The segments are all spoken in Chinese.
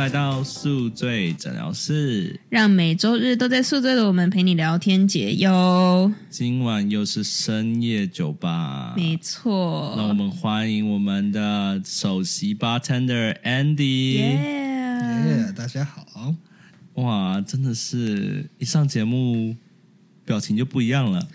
来到宿醉诊疗室，让每周日都在宿醉的我们陪你聊天解忧。今晚又是深夜酒吧。没那我错，们欢迎我们的首席 bartender Andy。耶！耶，大家好，哇，真的是一上节目表情就不一样 了。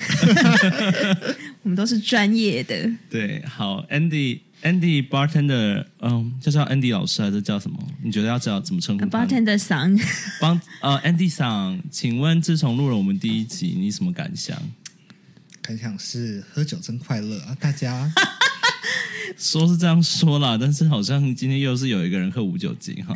我们都是专业的，对，好，Andy。Andy bartender，嗯，就叫 Andy 老师还是叫什么？你觉得要叫怎么称呼他呢？呃 bartender 桑。帮呃 Andy 桑，请问自从录了我们第一集，你什么感想？感想是喝酒真快乐啊！大家说是这样说啦，但是好像今天又是有一个人喝无酒精 哈。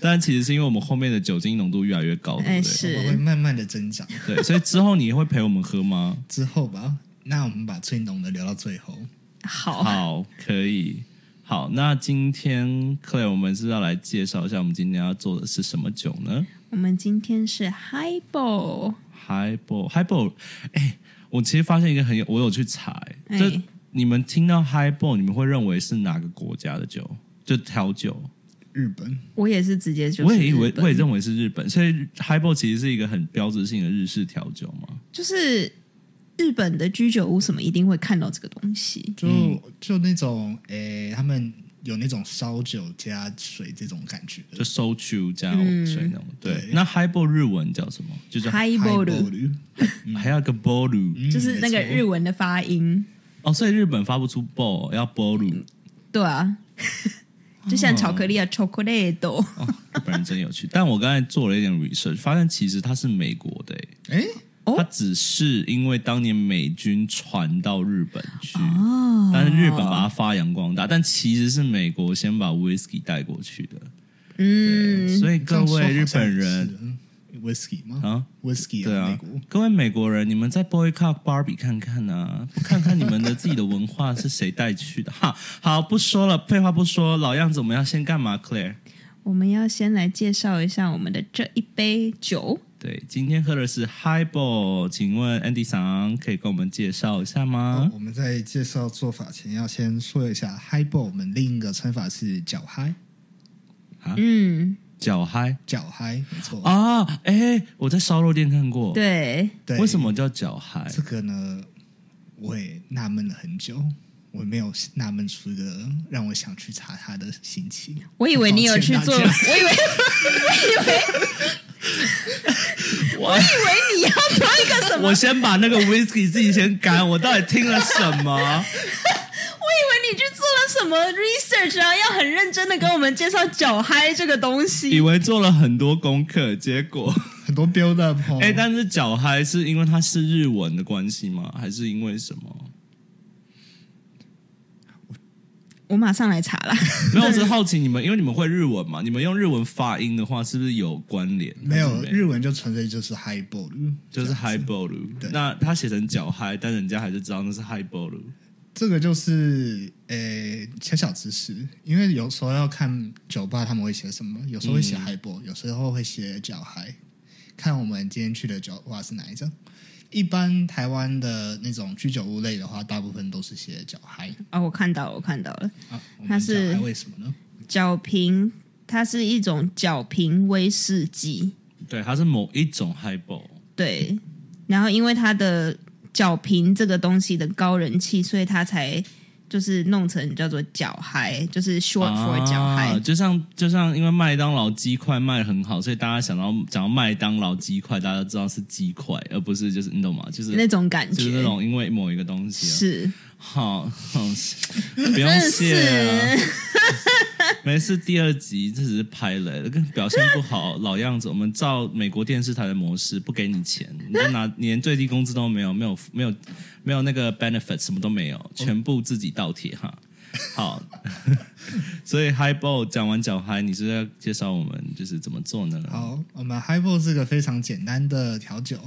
但其实是因为我们后面的酒精浓度越来越高，哦对哎不对？是我会慢慢的增长对，所以之后你会陪我们喝吗？之后吧。那我们把最浓的留到最后。好，好，可以。好，那今天 Clay，我们是要来介绍一下我们今天要做的是什么酒呢我们今天是 highball， ？Highball，Highball，哎、我其实发现一个很有，我有去查、欸，哎这、你们听到 Highball，你们会认为是哪个国家的酒？就调酒，日本我也是直接就是我也以为日，本我也认为是日本，所以 Highball 其实是一个很标志性的日式调酒嘛。就是日本的居酒屋什么一定会看到这个东西。就、嗯就那种诶、他们有那种烧酒加水这种感觉就的。收酒加嗯水那种，对对。那 highball 日文叫什么？就叫 highball 的还要个 b o l u 嗯就是那个日文的发音，哦，所以日本发不出 ball，要 b o l u 对啊， 就像巧克力啊，chocolate。哦，日本人真有趣。但我刚才做了一点 research，发现其实它是美国的、欸，哎、哦它只是因为当年美军传到日本去。哦但是日本把它发扬光大，但其实是美国先把 whisky 带过去的，嗯，所以这各样说位好像日本也是人嗯，whisky 吗？啊， whisky 对美啊国，各位美国人，你们在 boycott Barbie 看看啊，看看你们的自己的文化是谁带去的哈。好，不说了，废话不说，老样子，我们要先干嘛，Claire？我们要先来介绍一下我们的这一杯酒。对，今天喝的是 Highball，请问 Andy 桑可以跟我们介绍一下好吗？我们在介绍做法前，要先说一下 highball，我们另一个称法是脚嗨，啊嗯，脚嗨脚嗨，没错。啊，哎，我在烧肉店看过，对，对，为什么叫脚嗨？ 这个呢？我也纳闷了很久，我没有纳闷出一个让我想去查他的心情。我以为你有去做，我抱以歉大为， 我以为，我以为你要做一个什么？我先把那个 whisky 自己先干，我到底听了什么？我以为你去做了什么 research 啊，要很认真的跟我们介绍脚嗨这个东以西。为做了很多功课，结果。 很多 build up，哦哎、 但是脚嗨是因为它是日文的关系吗？还是因为什 么？我马上来查啦。没有，我只是好奇你们，因为你们会日文嘛？你们用日文发音的话，是不是有关联？没有还是日文就纯粹就是 highball，就是 high b o l 对那它写成脚嗨，但人家还是知道那是 high b o l 这个就是呃小小知识，因为有时候要看酒吧他们会写什么，有时候会写嗯 highball，、有时候会写脚嗨，看我们今天去的酒吧是哪一家。一般台湾的那种居酒屋类的话，大部分都是写脚嗨嗯哦，我看到了，我看到了，啊。我们它是脚嗨为什么呢？脚瓶，它是一种脚瓶威士忌。对，它是某一种 high b o 对，然后因为它的脚瓶这个东西的高人气，所以它才就是弄成叫做脚嗨，就是 short for 脚嗨。啊就像就像因为麦当劳鸡块卖得很好，所以大家想到讲到麦当劳鸡块，大家都知道是鸡块，而不是就是你懂吗？就是那种感就是觉那种因为某一个东西、啊，是好，好，不用真的谢、啊。是 没事，第二集这只是拍了，跟表现不好老样子。我们照美国电视台的模式，不给你钱，你就拿你连最低工资都没有，没有没有没有那个 benefit，什么都没有，全部自己倒贴哈。好，所以 highball 讲完脚嗨，你是要介绍我们就是怎么做呢？好，我们 highball 是个非常简单的调酒。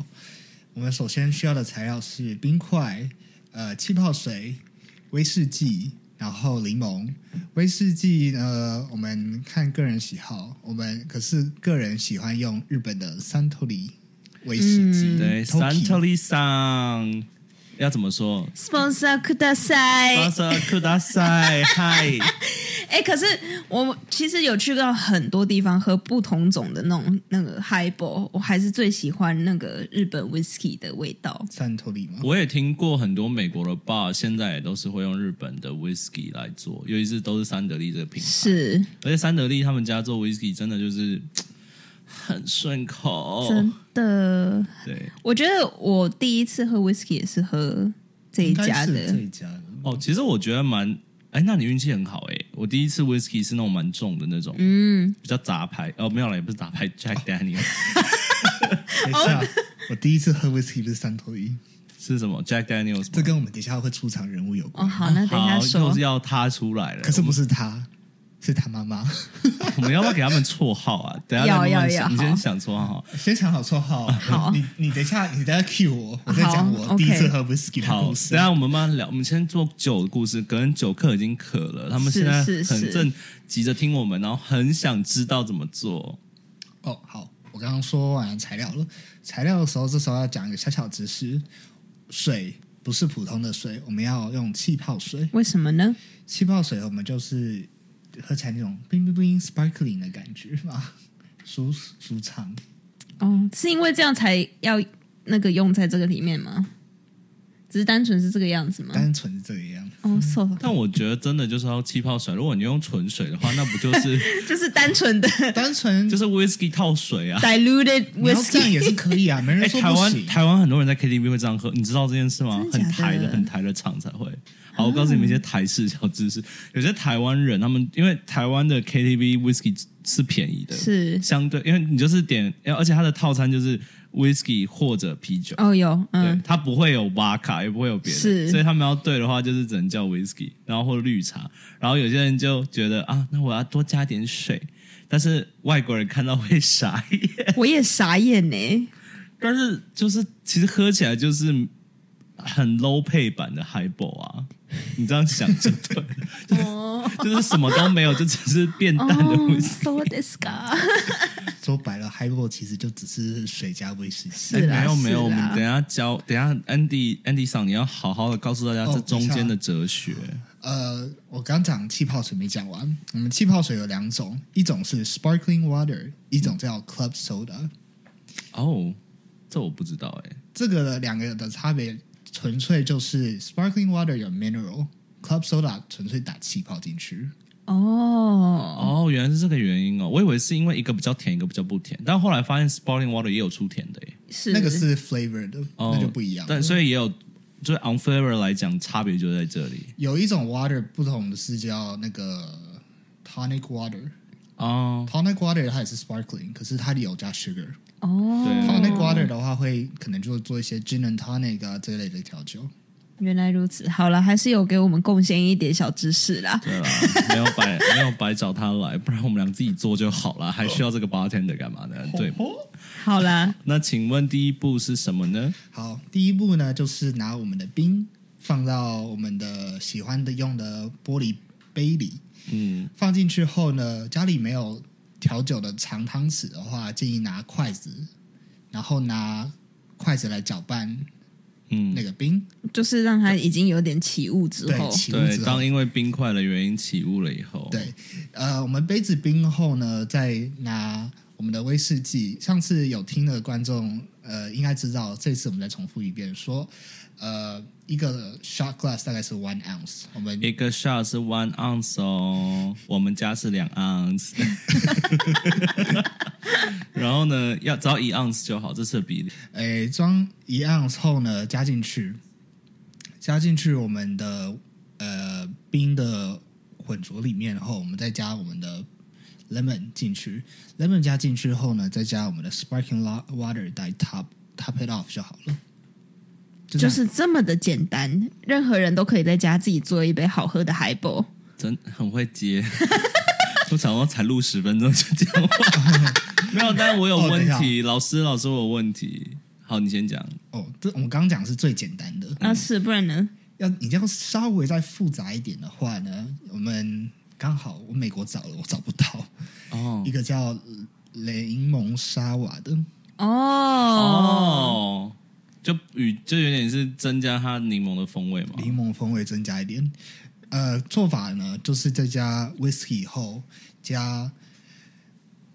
我们首先需要的材料是冰块、呃气泡水、威士忌，然后柠檬。威士忌呢，我们看个人喜好，我们可是个人喜欢用日本的三头里威士嗯忌。对 s a n t o l i s a n 要怎么说 sponsor くださ巴い。 萨库达塞，嗨。哎、可是我其实有去到很多地方喝不同种的那种那个 highball，我还是最喜欢那个日本 whisky 的味道。算脱嗯离吗？我也听过很多美国的 bar 现在也都是会用日本的 whisky 来做，尤其是都是三得利这个品牌。是，而且三得利他们家做 whisky 真的就是很顺口，真的。对。我觉得我第一次喝 whisky 也是喝这一应该家是这的，一家的哦，其实我觉得蛮，哎，那你运气很好哎、我第一次 whisky 是那种蛮重的那种，嗯，比较杂牌哦，没有啦，也不是杂牌，Jack Daniel、等哦一下，我第一次喝 whisky 不是三头一，是什么？Jack Daniel 什这么？跟我们等一下会出场人物有哦，关。好，那等一下好，又说是。要他出来了。可是不是他，是他妈妈。我们，我们要不要给他们绰号啊？等一下要再慢慢要想要你好先想绰号。先想好绰号。好你你等一下，你等一下 cue 我，我在好讲我第一次 OK 喝 whisky 的好，故等一事。下我们慢慢聊。我们先做酒的故事，可能酒客已经渴了，他们是现在是是很正急着听我们，然后很想知道怎么做。哦，好，我刚刚说完材料了。材料的时候，这时候要讲一个小小知识：水不是普通的水，我们要用气泡水。为什么呢？气泡水我们就是喝起来那种冰冰冰 sparkling 的感觉嘛，舒舒畅。哦，是因为这样才要那个用在这个里面吗？只是单纯是这个样子吗？单纯是这个样子。哦，so，但我觉得真的就是要气泡水，如果你用纯水的话，那不就是 就是单纯的单纯就是 whisky 套水啊？ diluted 你要这样 whisky。也是可以啊，没哎、人说台不湾行。台湾很多人在 KTV 会这样喝，你知道这件事吗？真很的假的台的很台的厂才会。好，我告诉你们一些台式小知识。有些台湾人他们因为台湾的 KTV whisky 是便宜的，是相对，因为你就是点，而且它的套餐就是 whisky 或者啤酒，哦，有，对嗯，，它不会有瓦卡，也不会有别是的，所以他们要对的话就是只能叫 whisky，然后或绿茶，然后有些人就觉得啊，那我要多加点水，但是外国人看到会傻眼。 我也傻眼 呢。但是就是其实喝起来就是很 low 配版的 highball 啊，你这样想就对 了，哦就是什么都没有，就只是变淡的味。 ，so this guy，说白了，highball 其实就只是水加威士忌。哎是啦没有没是啦有，我们啊等一下教，等一下 Andy Andy 上你要好好的告诉大家哦这中间的哲学。呃，我刚讲气泡水没讲完。我们气泡水有两种，一种是 sparkling water，一种叫 club soda。哦，这我不知道哎、这个两个的差别纯粹就是 sparkling water 有 mineral，club soda 纯粹打气泡进去。哦，哦，原来是这个原因哦，我以为是因为一个比较甜，一个比较不甜，但后来发现 Sparkling Water 也有出甜的哎、是那个是 flavored，的、哦，那就不一样了。但所以也有，就是 on flavor 来讲，差别就在这里有一种 water 不同的是叫那个 tonic water。哦。 tonic water 它也是 sparkling，可是它有加 sugar。哦，对 tonic water 的话会可能就做一些 gin and tonic 啊这类的调酒。原来如此。好了，还是有给我们贡献一点小知识啦。对啦，没有白 没有白找他来，不然我们俩自己做就好哦了，还需要这个 bartender 干嘛呢？对，好啦，那请问第一步是什么呢？好，第一步呢，就是拿我们的冰放到我们的喜欢的用的玻璃杯里，嗯，放进去后呢，家里没有调酒的长汤匙的话，建议拿筷子，然后拿筷子来搅拌嗯那个冰，就是让它已经有点起雾之对，后，起雾哦对，之后当。因为冰块的原因起雾了以后，对，呃，我们杯子冰后呢，再拿我们的威士忌。上次有听的观众，呃，应该知道，这次我们再重复一遍，说，呃，一个 shot glass 大概是 one ounce，我们一个 shot 是 one ounce 哦，我们家是两 ounce。然后呢，要只要一 ounce 就好，这是比例。诶装一 ounce 后呢，加进去，加进去我们的呃冰的混浊里面后，我们再加我们的 lemon 进去，lemon 加进去后呢，再加我们的 sparkling la- water 来 top top it off 就好了。就这就样是这么的简单，任何人都可以在家自己做一杯好喝的海波。真很会接。我想说才录十分钟就讲话，没有，但我有哦问等一题，老师，老师，我有问题。好，你先讲。哦，这我们刚刚讲是最简单的，啊，是，不然呢？要你要稍微再复杂一点的话呢，我们刚好我美国找了，我找不到哦一个叫柠檬沙瓦的。哦，哦，就与就有点是增加它柠檬的风味嘛。柠檬风味增加一点。呃，做法呢就是再加 whisky 以后加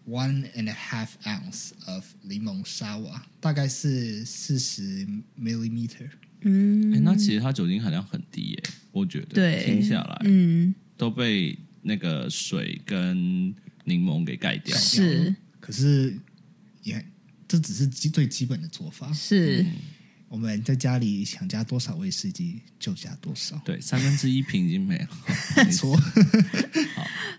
one and a half ounce of 柠檬沙瓦，大概是四十 millimeter。嗯，哎，那其实它酒精含量很低耶、我觉得。对，听下来、嗯，都被那个水跟柠檬给盖啊掉。是可是也这只是基最基本的做法。是，我们在家里想加多少威士忌就加多少，对，三分之一瓶已经没 了。没错。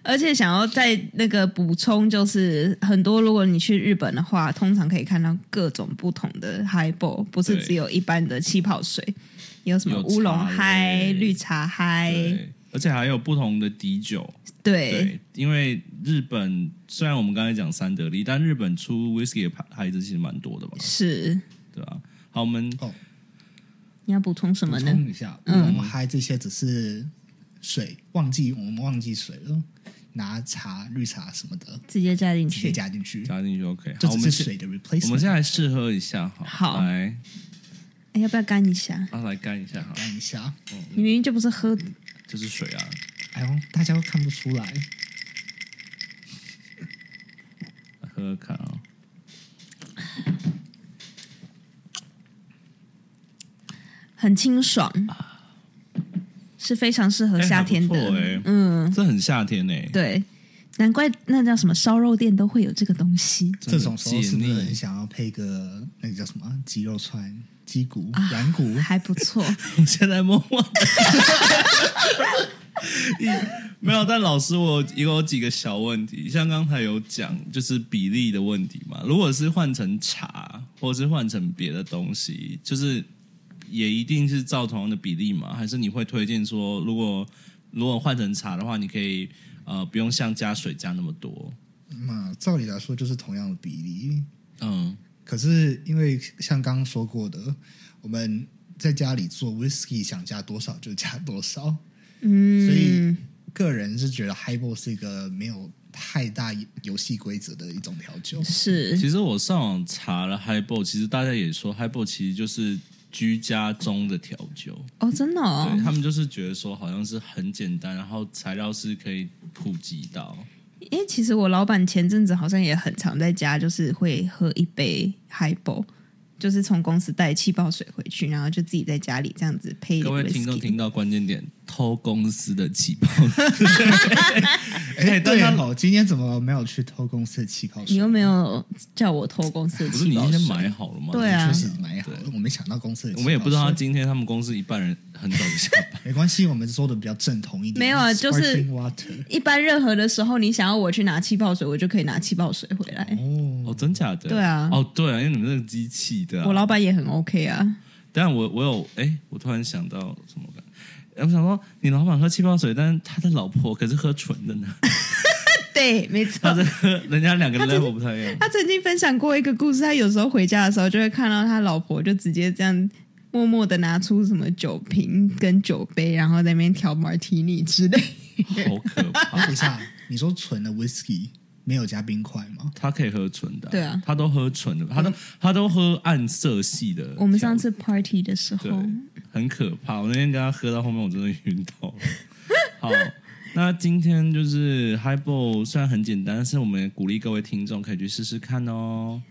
而且想要再那个补充，就是很多如果你去日本的话，通常可以看到各种不同的 highball，不是对只有一般的气泡水，也有什么有乌龙茶嗨、类绿茶嗨，对，而且还有不同的底酒。哎对，对，因为日本虽然我们刚才讲三得利，但日本出 whisky 的牌牌子其实蛮多的吧？是。对啊。好，我们哦，你要补充什补么呢？充一下，我们嗨这些只是水，忘记我们忘记水了，拿茶、绿茶什么的直接加进直接去。加进去，加进去 OK。这好，我只们是现水的我们现 replacement。在试喝一下哈。好来，哎，要不要干一下？啊，来干一下哈，看一下，你明明就不是喝，这是水啊。哎呦，大家都看不出来，来喝喝看啊、很清爽，是非常适合啊哎夏天的。还不错哎嗯，这很夏天呢、欸。对，难怪那叫什么烧肉店都会有这个东西。真的这种时候是不是解腻很想要配个那个叫什么鸡肉串、鸡骨、啊软骨？还不 错，我现在默默地一没有，但老师我有有几个小问题，像刚才有讲就是比例的问题嘛。如果是换成茶，或是换成别的东西，就是也一定是照同样的比例嘛？还是你会推荐说，如果如果换成茶的话，你可以呃不用像加水加那么多？嘛，照理来说就是同样的比例，嗯，可是因为像刚刚说过的，我们在家里做 whisky 想加多少就加多少，嗯，所以个人是觉得 highball 是一个没有太大游戏规则的一种调酒。是其实我上网查了 highball，其实大家也说 highball 其实就是居家中的调酒。哦，真的哦对，他们就是觉得说好像是很简单，然后材料是可以普及到。因为其实我老板前阵子好像也很常在家，就是会喝一杯 highball，就是从公司带气泡水回去，然后就自己在家里这样子配一各点位听众 whisky 听到关键点，偷公司的气泡水。哎、但对他哦，今天怎么没有去偷公司的气泡你水又？没有叫我偷公司的不是你气泡先水，买好了吗？对啊确实蛮好的，我没想到公司的气我泡水。。们也不知道他今天他们公司一半人很早就下班没关系，我们说的比较正统一点。没有啊就是 sparkling water。一般任何的时候，你想要我去拿气泡水，我就可以拿气泡水回来。哦，哦，真假的？对啊哦，对啊，因为你们那个机器的、啊。我老板也很 OK 啊，但我我有哎，我突然想到什么感？哎我想说，你老板喝气泡水，但是他的老婆可是喝纯的呢。对，没错他。这喝人家两个 level 不太一样。他曾经分享过一个故事，他有时候回家的时候就会看到他老婆就直接这样默默的拿出什么酒瓶跟酒杯，然后在那边调 martini 之类。好可怕！等一下，你说纯的 whisky 没有加冰块吗？他可以喝纯的、对啊嗯他都喝纯的，他都他都喝暗色系的调酒。我们上次 party 的时对候，很可怕，我那天跟他喝到后面，我真的晕倒了。好， 那今天就是 highball，虽然很简单，但是我们也鼓励各位听众可以去试试看哦。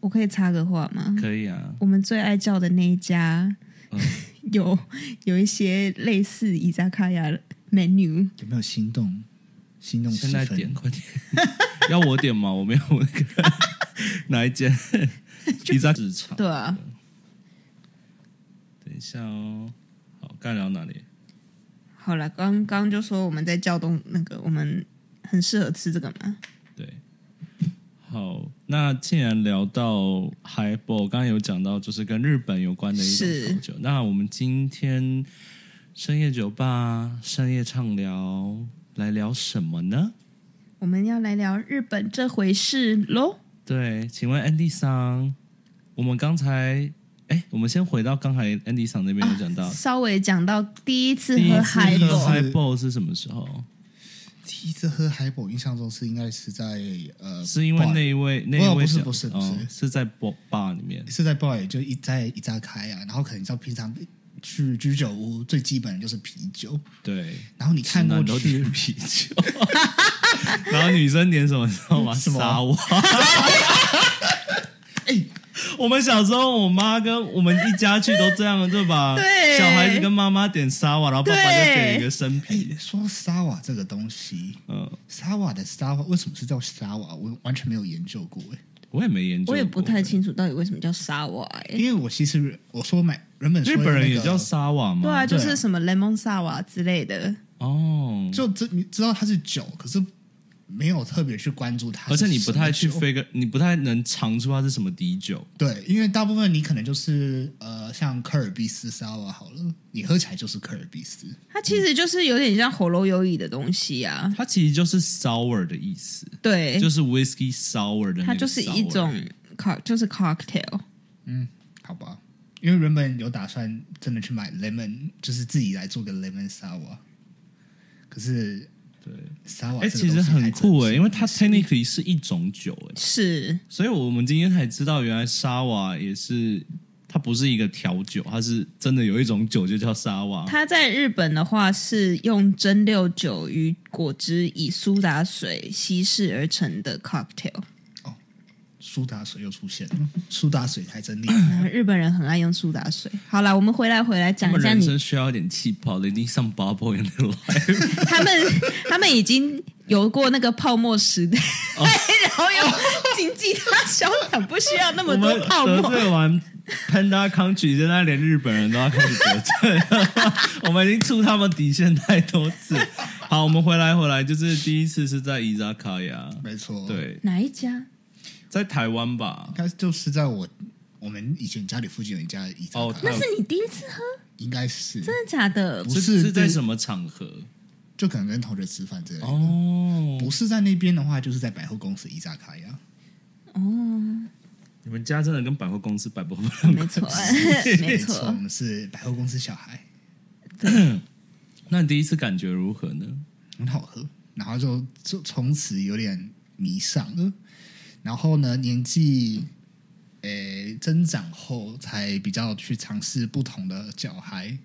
我可以插个话吗？可以啊，我们最爱叫的那一家，嗯 有有一些类似伊扎卡亚 menu，有没有心动？心动现十在分点快点， 要我点吗？我没有那个哪一 间？ 你在职场？对啊，等一下哦。好，刚才聊到哪里？好了，刚刚刚就说我们在教东那个，我们很适合吃这个嘛。对，好，那既然聊到 highball，刚刚有讲到就是跟日本有关的一种是调酒，那我们今天深夜酒吧、深夜畅聊来聊什么呢？我们要来聊日本这回事喽。对，请问 Andy 桑，我们刚才哎，我们先回到刚才 Andy 桑那边有讲到。稍微讲到第一次第喝一次啊海喝螺， highball 是什么时候？第一次喝海宝，印象中是应该是在呃，是因为 bar 那一位那一位不是小不是不哦是是在 bar bar 里面是在 bar 就一在一炸开啊，然后可能到平常去居酒屋最基本的就是啤酒，对，然后你看直过男都去点啤酒， 然后女生点什么你知道吗？什么沙 瓦。哎我们小时候，我妈跟我们一家去都这样，对吧？对小孩子跟妈妈点沙瓦，然后爸爸就对点一个生哎，啤。说到沙瓦这个东西，嗯，沙瓦的沙瓦为什么是叫沙瓦？我完全没有研究过哎，我也没研究过，我也不太清楚到底为什么叫沙瓦、欸。因为我其实我说买原本说日本人那也个叫沙瓦吗？对啊，就对啊是什么 lemon 沙瓦之类的。哦，就知你知道它是酒，可是没有特别去关注它而是且什么酒，你不太去 figure，你不太能尝出它是什么底酒。对，因为大部分你可能就是呃，像科尔必斯沙瓦好了，你喝起来就是科尔必斯，它其实就是有点像喉咙有乙的东西啊，它其实就是 sour 的意思，对，就是 whiskey sour 的那个 sour。它就是一种 co 就是 cocktail，好吧？因为原本有打算真的去买 lemon，就是自己来做个 lemon 沙瓦，可是对。沙瓦哎、这个其东实西还很酷哎、真是因为它 technically 是一种酒哎、是所以我们今天才知道，原来沙瓦也是它不是一个调酒，它是真的有一种酒就叫沙瓦。它在日本的话是用蒸馏酒与果汁以苏打水稀释而成的 cocktail。苏打水又出现了，苏打水还真厉害。日本人很爱用苏打水。好啦，我们回来回来他讲们一下人你生需要一点气泡，they need some bubble in their life。他们 他们已经有过那个泡沫时代，哦 然后又经济大萧条，不需要那么我们多泡得沫。罪完 Panda Country，现在连日本人都要开始得罪了。我们已经触他们底线太多次。好，我们回来回来，就是第一次是在伊扎卡亚，没错，，对，哪一家？在台湾吧应。该就是在我我们以前家里附近有一家伊扎哦卡，那那是你第一次喝，应该是真的假的？不是是在什么场合？就可能跟同学吃饭之类的。哦，不是在那边的话，就是在百货公司伊扎卡呀。哦，你们家真的跟百货公司百不没错，没我错。们是百货公司小孩， 那你第一次感觉如何呢？很好喝，然后就就从此有点迷上了。然后呢，年纪诶增长后，才比较去尝试不同的脚嗨，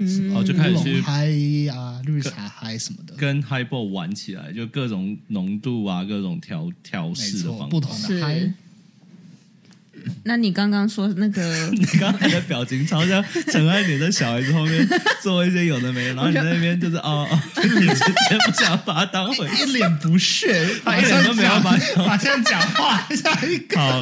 嗯，哦就开始去龙嗨啊、绿茶嗨什么的，跟 Highball 玩起来，就各种浓度啊，各种调调没试的错，方不法。同的嗨是。。那你刚刚说 那个你刚才的表情超像陈汉典在小孩子后面做一些有的没的，然后你在那边就是哦 哦，你直接不想把它当回 事。一脸不屑， 他一脸都没有马把上讲马上讲话，下一 个好，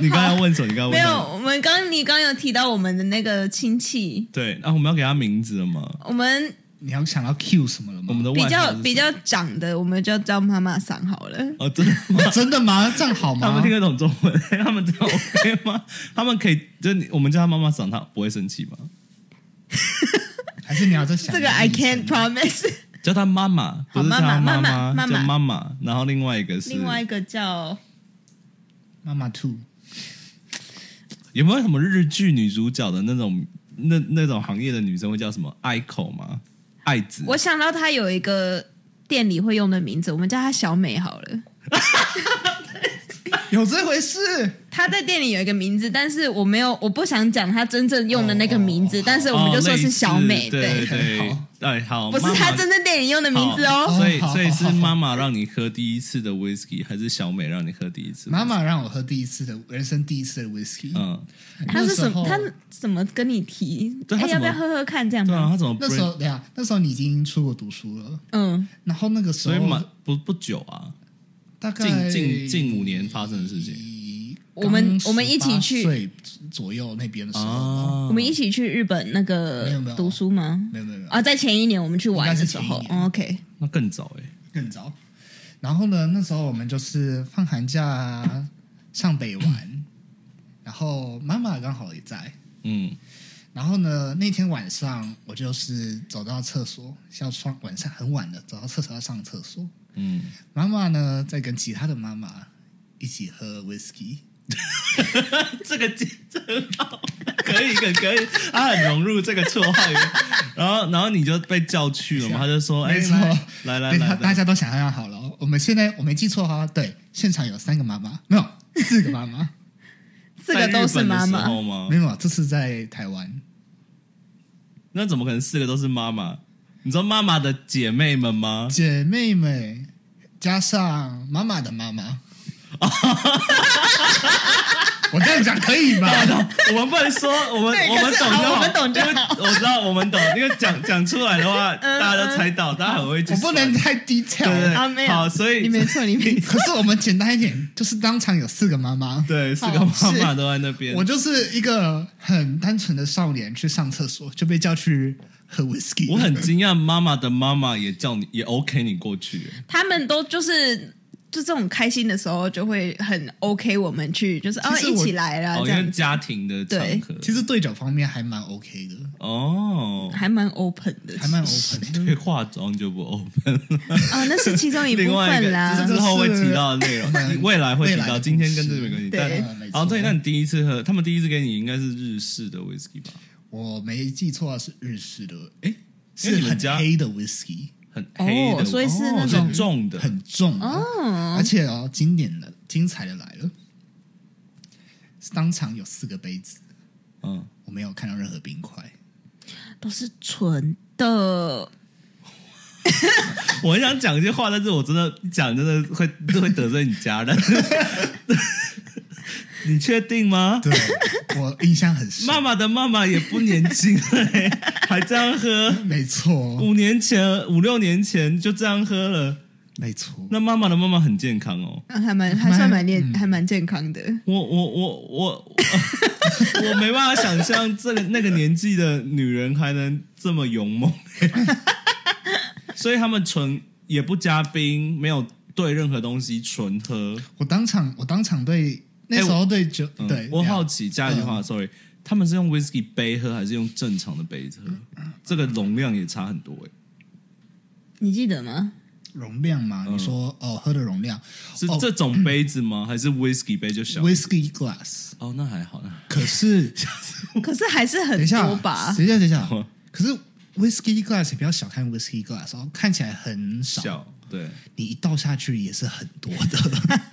你刚才问什么？你刚才问没什有？么？我们刚你刚有提到我们的那个亲戚，对，啊那、我们要给他名字了吗？我们你要想到 Q 什么了吗？我们的外比号是较什么比较长的，我们就叫妈妈桑好了。哦，真的吗？啊真的吗？这样好他们吗听？得懂中文， 他们这样 OK 吗？他们可以，就是你我们叫他妈妈赏他不会生气吗？还是你要再想这个 I 一个 can't promise。叫他妈妈，不好是叫他妈妈妈妈妈叫妈妈。然后另外一个是，另外一个叫妈妈 two 有没有什么日剧女主角的那种那那种行业的女生会叫什么爱口吗？爱子，我想到他有一个店里会用的名字，我们叫他小美好了。有这回事？他在店里有一个名字，但是我没有，我不想讲他真正用的那个名字，哦 但是我们就说是小美，哦类似对对对，好对，好，不是他真正店里用的妈妈名字哦。好 所以哦好好所以是好好妈妈让你喝第一次的 whisky，还是小美让你喝第一次？嗯妈，妈让我喝第一次的人生第一次的 whisky，、嗯，他是什那时候么？他怎么跟你提？对他哎，怎么要不要喝喝看？这样对啊，吗？她怎么那时 bring？候对呀，那时候你已经出国读书了，嗯，然后那个时所以蛮候不不久啊，大近概近近五年发生的事情我们刚我们一起去哦18岁左右那边的时候，啊，我们一起去日本那没有没个有读书吗？没有没有没有啊，在前一年我们去玩的时候应该是前一年哦，OK，那更早哎、更早。然后呢，那时候我们就是放寒假上 北玩，然后妈妈刚好也在。嗯，然后呢，那天晚上我就是走到厕所，要上晚上很晚的，走到厕所要上厕所。嗯，妈妈呢在跟其他的妈妈一起喝 whisky， 这个真好， 可以，可以，可以，他很融入这个绰号里面。然后，然后你就被叫去啊了嘛，他就说：“哎，没错来来对，大来大来，家都想象好了哦。我们现在我没记错哈，对，现场有三个妈妈，没有四个妈 啊妈，四个都是在妈日本的时候妈，吗没？有，这是在台湾，那怎么可能四个都是妈妈？你知道妈妈的姐妹们 吗？姐妹们加上妈妈的 妈妈。我这样讲可以吧？我们不能说，我们对我们可是懂就好好，我们懂就嗯好因为我知道我们懂，因为讲讲出来的话，大家都猜到，大家很会去嗯我算。不能太对对 detail。对啊没有好，所以你没错，你没错。可是我们简单一点，就是当场有四个妈妈，对四个好妈是妈都在那边我。就是一个很单纯的少年去上厕所，就被叫去喝 whisky。我很惊讶，妈妈的妈妈也叫你，也 OK 你过去。他们都就是就这种开心的时候，就会很 OK，我们去就是哦其实一我起来啦，哦，因这为样子家庭的场合，其实对酒方面还蛮 OK 的，哦，还蛮 open 的，还蛮其实 open 的。 对化妆就不 open。哦，那 是其中一部另外一个分这啦就是是。之后会提到的内容， 嗯未来会提未来到。的今天跟这个没关系，故事但对没错好，对，那你第一次喝，他们第一次给你应该是日式的 whisky 吧？我没记错是日式的，诶，因为是你们很家黑的 whisky，很黑的，哦所以是那哦种重的，很重的哦而且哦，经典的、精彩的来了，当场有四个杯子，嗯，我没有看到任何冰块。都是纯的，我很想讲一些话，但是我真的讲真的会会得罪你家人。 你确定 吗？对我印象很深，妈妈的妈妈也不年轻了、欸，还这样喝。没错，五年前、五六年前就这样喝了，没错，那妈妈的妈妈很健康哦。嗯还蛮还算蛮健，还蛮健康的。我我我 我我没办法想象这个那个年纪的女人还能这么勇 猛，所以他们纯也不加冰，没有对任何东西纯喝。我当场，我当场对那时候对酒，嗯对我好对啊奇，加一句话、s o r r y 他们是用 whisky 杯喝还是用正常的杯子喝？嗯这个容量也差很多哎、你记得吗？ 容量嘛，嗯你说哦，喝的容量是哦这种杯子吗？还是 whisky 杯就小？ ，whisky glass，哦，那还好，那还可是可是还是等很一下，多吧等？一下，等一下好，可是 whisky glass 也不要小看 whisky glass 哦，看起来很少，小。对，你一倒下去也是很多的。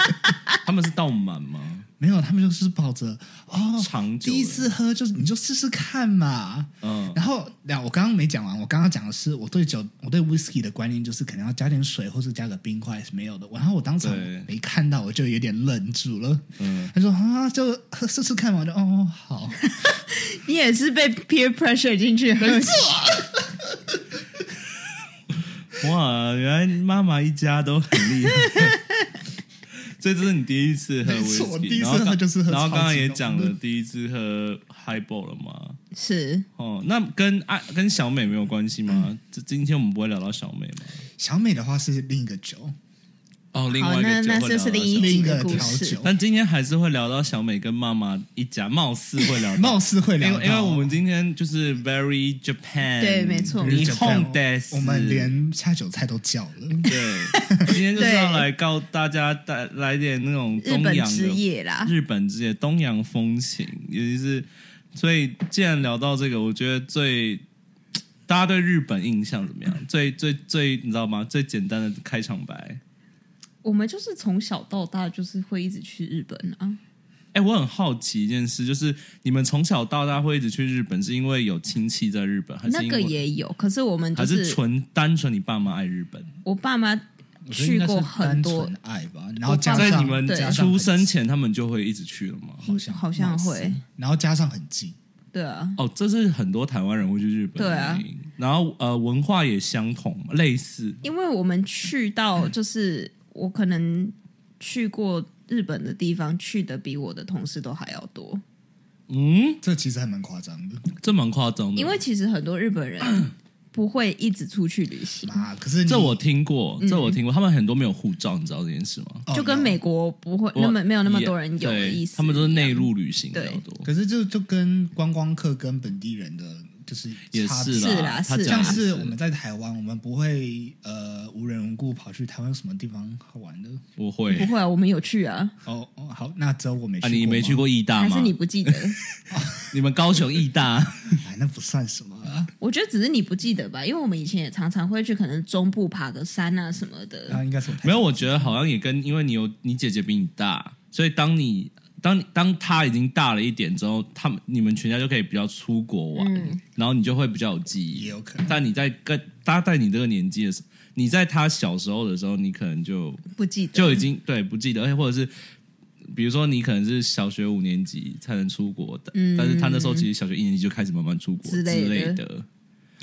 他们是倒满吗？没有，他们就是抱着哦，长久的第一次喝就是你就试试看嘛。嗯，然后，那我刚刚没讲完，我刚刚讲的是我对酒，我对 whisky 的观念就是可能要加点水，或是加个冰块是没有的。然后我当场对没看到，我就有点愣住了。嗯他说啊，就喝试试看嘛，我就哦好，你也是被 peer pressure 进去喝，哇，原来妈妈一家都很厉 害。所以这是你第一次喝没错我 whisky，第一次然后刚喝就是喝然后刚超刚级也浓讲的了第一次喝 highball 了嘛？是哦，那跟爱跟小美没有关系吗？这、今天我们不会聊到小美吗？小美的话是另一个酒，哦，另好，外一那个酒那会就聊到是另小一美集另一的个故调事酒。但今天还是会聊到小美跟妈妈一家，貌似会聊到。貌似会因聊为因为到我们今天就是 very Japan，对没错日日本本的，我们连下酒菜都叫了。对，今天就是要对来告大家带来点那种日东本洋之的夜啊啦，日本之夜、东洋风情，尤其是所以，既然聊到这个，我觉得最大家对日本印象怎么样？最最最，你知道吗？最简单的开场白。我们就是从小到大就是会一直去日本啊。哎，我很好奇一件事，就是你们从小到大会一直去日本，是因为有亲戚在日本，还是那因为个也有，可是我们就还是纯单纯你爸妈爱日本？我爸妈我觉得去应该是过很多单纯，爱吧，然后加我爸在上你们对出生，前，他们就会一直去了吗？嗯好像好像会貌似然后加上很近，对啊，哦，这是很多台湾人会去日本的对啊原因。然后呃，文化也相同，类似。因为我们去到嗯就是我可能去过日本的地方，去的比我的同事都还要多，嗯，这其实还蛮夸张的。这蛮夸张的。因为其实很多日 本人不会一直出去旅行，妈，可是你这我听过，嗯这我听过，他们很多没有护照，你知道这件事吗？哦就跟有美国不会那么没有那么多人有的啊对意思一样，他们都是内陆旅行比较对多，可是就就跟观光客跟本地人的就是也差是别是他啦是啊啦讲像的是我们在台湾，我们不会呃无缘无故跑去台湾有什么地方好玩的。我会不会啊，我们有去啊，哦哦，好，那只有我没去啊，过、你没去？过义大还吗？是你 不记得？你们高雄义大啊哎，那不算什么啊，我觉得只是你不记得吧，因为我们以前也常常会去，可能中部爬个山啊什么的。哎那应该是我太没有？我觉得好像也跟因为你有你姐姐比你大，所以当你当你当他已经大了一点之后，他们你们全家就可以比较出国玩，嗯然后你就会比较有记忆。也有可能但你在跟他在你这个年纪的时候，你在他小时候的时候，你可能就不记得，就已经对不记得，而且或者是比如说你可能是小学五年级才能出国的，嗯但是他那时候其实小学一年级就开始慢慢出国之类的类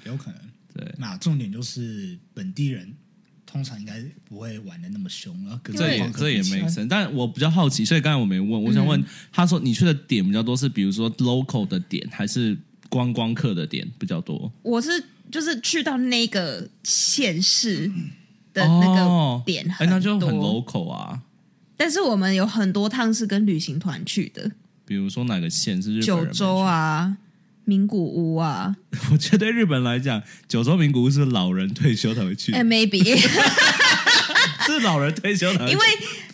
有可能。对，那重点就是本地人通常应该不会玩的那么凶了，跟这对也方这也没没 sense。但我比较好奇，所以刚才我没问，我想问、他说你去的点比较多是比如说 local 的点，还是观光客的点比较多？我是就是去到那个县市的那个点哎、那就很多， local 啊。但是我们有很多趟是跟旅行团去的，比如说哪个县是日本九人没州啊、名古屋啊，去？ 我觉得对日本来讲，九州名古屋是老人退休才会去，哎、maybe。 是老人退休才会去。因为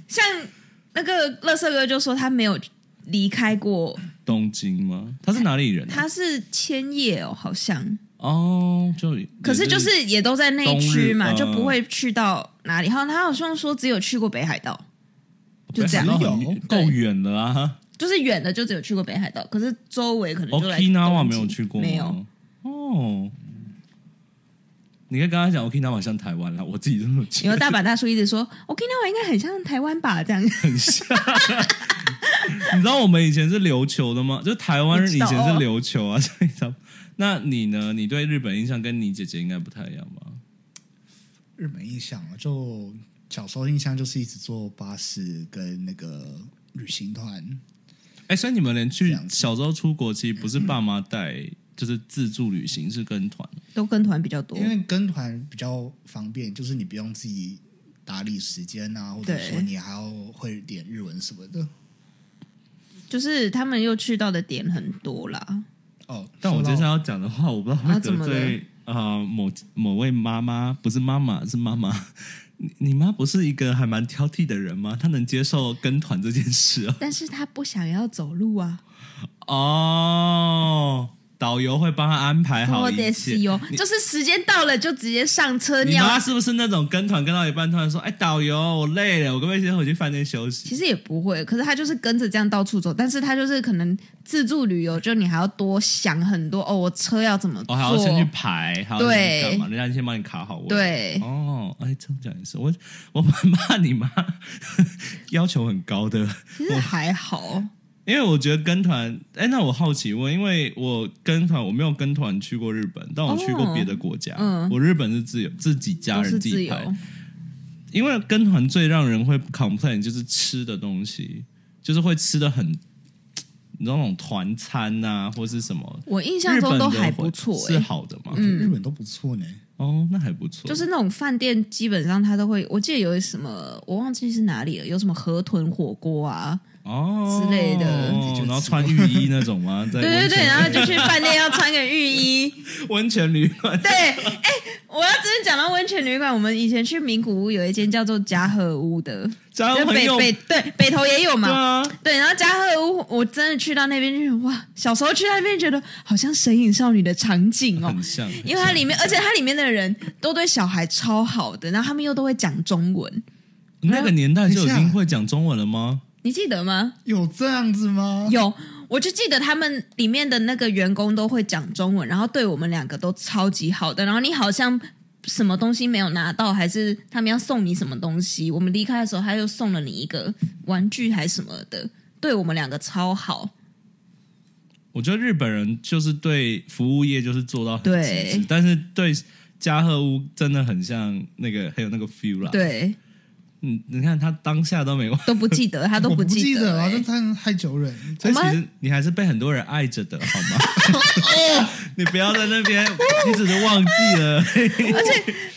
像那个乐色哥就说他没有离开过，东京吗？他是哪里人、啊？他是千叶哦，好像，哦，就可是就是也都在那一区冬嘛，日就嗯不会去到哪里。好像他好像说只有去过北海道，就这样北海道很有够远了啊。就是远的就只有去过北海道，可是周围可能就来哦 Okinawa 东没京有去过吗？没有。哦，你可以跟他讲 Okinawa 像台湾啦， 我自己这么觉然得后大阪大叔一直说，Okinawa 应该很像台湾吧？这样很像。你知道我们以前是琉球的吗？就台湾人以前是琉球啊，所以他们那你呢？你对日本印象跟你姐姐应该不太一样吧？日本印象啊，就小时候印象就是一直坐巴士跟那个旅行团，哎、所以你们连这去样子小时候出国，其实不是爸妈带，就是自助旅行，是跟团。都跟团比较多因。为跟团比较方便，就是你不用自己打理时间啊，或者对说你还要会点日文什么的。就是他们又去到的点很多啦，哦，但我说接到下来要讲的话，我不知道会啊怎得么罪啊、呃某某位妈妈，不是妈妈是妈 妈。你你妈不是一个还蛮挑剔的人吗？她能接受跟团这件事啊？但是他不想要走路啊。哦，导游会帮她安排好说一切的是。哦哟你，就是时间到了就直接上车你妈尿。啊是不是那种跟团跟到一半突然说：“哎，导游，我累了，我可不可以先回去饭店休息其实也不会，可是他就是跟着这样到处走，但是他就是可能自助旅游，就你还要多想很多哦，我车要怎么？”我、坐？还要先去排，还要先对去干嘛？人家先帮你卡好位。对，哦，哎，这样讲也是，我我蛮怕你妈 要求很高的，其实还好，因为我觉得跟团，哎，那我好奇问，因为我跟团，我没有跟团去过日本，但我去过哦别的国家。嗯我日本是自由，自己家都人是自自哦己由。拍。因为跟团最让人会 complain 就是吃的东西，就是会吃的很，你知道那种团餐啊，或是什么。我印象日中本都的还会不错、是欸，好的吗？哦日本都不错呢。哦，那还不错。就是那种饭店基本上他都会，我记得有什么我忘记是哪里了，有什么河豚火锅啊，哦之类的哦然后穿浴衣那种吗？在对对温泉对，然后就去饭店要穿个 浴衣。温泉旅馆。对，哎、我要真的讲到温泉旅馆，我们以前去名古屋有一间叫做嘉禾屋的，嘉禾 就很北有北对北投也有对嘛。啊，对，然后嘉禾屋，我真的去到那边去，哇！小时候去到那边觉得好像《神隐少女》的场景 哦很，像，很因为它像里面，而且它里面的人都对小孩超好的，然后他们又都会讲中文，啊那个年代就已等一经下会讲中文了吗？你记得吗？有这样子吗？有，我就记得他们里面的那个员工都会讲中文，然后对我们两个都超级好的。然后你好像什么东西没有拿到，还是他们要送你什么东西？我们离开的时候，他又送了你一个玩具还是什么的，对我们两个超好。我觉得日本人就是对服务业就是做到很极致对，但是对加贺屋真的很像那个很有那个 feel 啦。，对，嗯，你看他当下都 没忘，都不记得，他都我不记得啊，欸这太太久远。所以我其们实你还是被很多人爱着的，好吗？ 你不要在那边一直都忘记 了。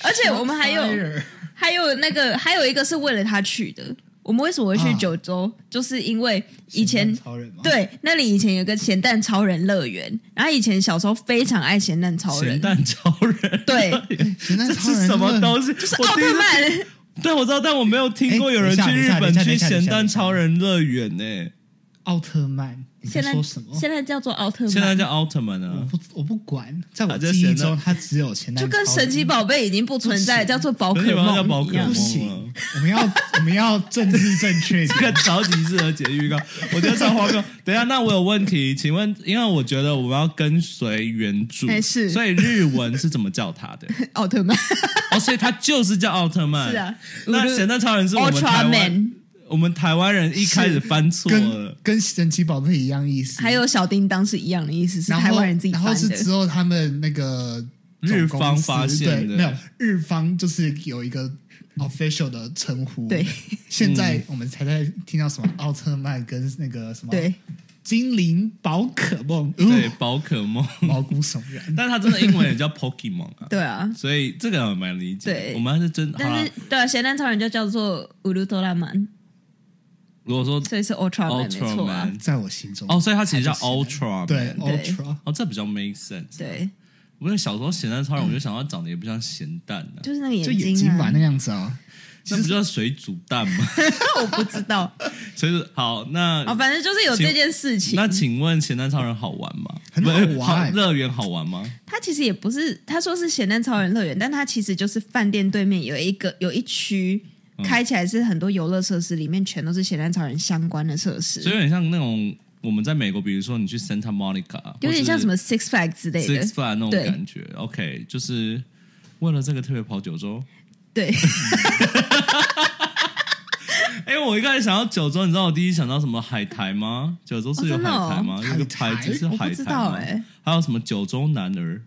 而且我们还有 Fire 还有那个还有一个是为了他去的。我们为什么会去啊九州？就是因为以前咸蛋超人吗？，对，那里以前有个咸蛋超人乐园，然后以前小时候非常爱咸蛋超咸人，蛋超人，对，咸蛋这超是人什么都东西？就是我奥第一特次曼，对，我知道，但我没有听过有人哎去等一日下本等一下去等一下咸等蛋一下超人乐园呢、奥特曼，你在现在说什么？现在叫做奥特曼，现在叫奥特曼我啊，不我不管，在我他啊就记忆显得中，它只有前男就跟超神人奇宝贝已经不存在，叫做宝可可是你们要叫宝梦可一样梦 了不。行。我们要 我们要政治正确一这个点。超级适合解预告。我觉得超花哥，等一下，那我有问题，请问，因为我觉得我们要跟随原著，哎是所以日文是怎么叫他 的？奥特曼哦，所以他就是叫奥特曼。 是啊，哎那神探超人是我们台 Ultra 湾， Man，我们台湾人一开始翻错跟了。跟神奇宝贝一样意思，还有小叮当是一样的意思，是然后台湾人自己然翻后是的。之后他们那个日总公方司发现的对没有日方就是有一个 official 的称呼，对，嗯现在我们才在听到什么奥特曼跟那个什么对，精灵宝可梦，对哦，宝可梦， 毛骨悚然。但他真的英文也叫 Pokemon 啊，对啊，所以这个我蛮理解的。对我们还是真好但啦是。对啊，咸蛋超人就叫做乌鲁多拉曼，如果说所以是 Ultra Man 没错啊 Ultraman，在我心中，哦，所以他其实叫它就是 Ultra，对 Man 对 Ultra，哦，这比较 make sense。对，我为小时候咸蛋超嗯人，我就想到长得也不像咸蛋啊，就是那个就眼眼睛嘛啊那，样子哦。那不叫水煮蛋 吗？我不知 道，所以好，那、哦，反正就是有这件事情啊那。请问咸蛋超人好玩吗？很好玩不是乐园好玩吗？它其实也不是，他说是咸蛋超人乐园，但它其实就是饭店对面有一个有一区嗯开起来是很多游乐设施，里面全都是咸蛋超人相关的设施所以，有点像那种我们在美国，比如说你去 Santa Monica，有点像什么 Six Flag 之类 Six 的。 Flag 那种对感觉。OK，就是为了这个特别跑九州。对，哎、我一开始想到九州，你知道我第一想到什么海苔吗？九州是有哦真海的哦苔吗？有一个海牌苔子是我海不知苔道吗？哎还有什么九州男 儿？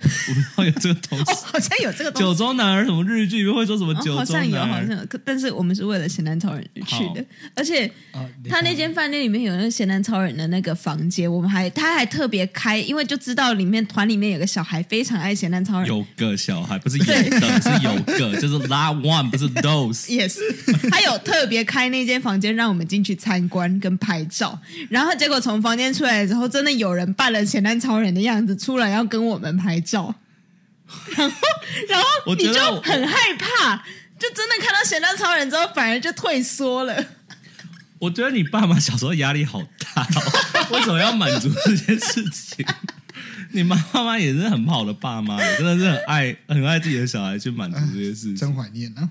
我不知道有这个东西哦，。 好像有这 个东九西。州男儿什么日剧里面会说什么哦、九好州像有，男好儿？像有，可但是我们是为了咸蛋超人去的，而且哦他那间饭店里面有那个咸蛋超人的那个房间，我们还他还特别开，因为就知道里面团里面有个小孩非常爱咸蛋超人，有个小孩不是有的，是有个，就是 that one 不 是 those。 Yes，他有特别开那间房间让我们进去参观跟拍照，然后结果从房间出来之后，真的有人扮了咸蛋超人的样子出来要跟我们拍照，然后然后我你觉得就我很害怕，就真的看到咸蛋超人之后反而就退缩了。我觉得你爸妈小时候压力好大、哦， 为什么要满足这件事情？你妈妈也是很好的爸妈，真的是很爱很爱自己的小孩去满足这些事情。真怀念啊！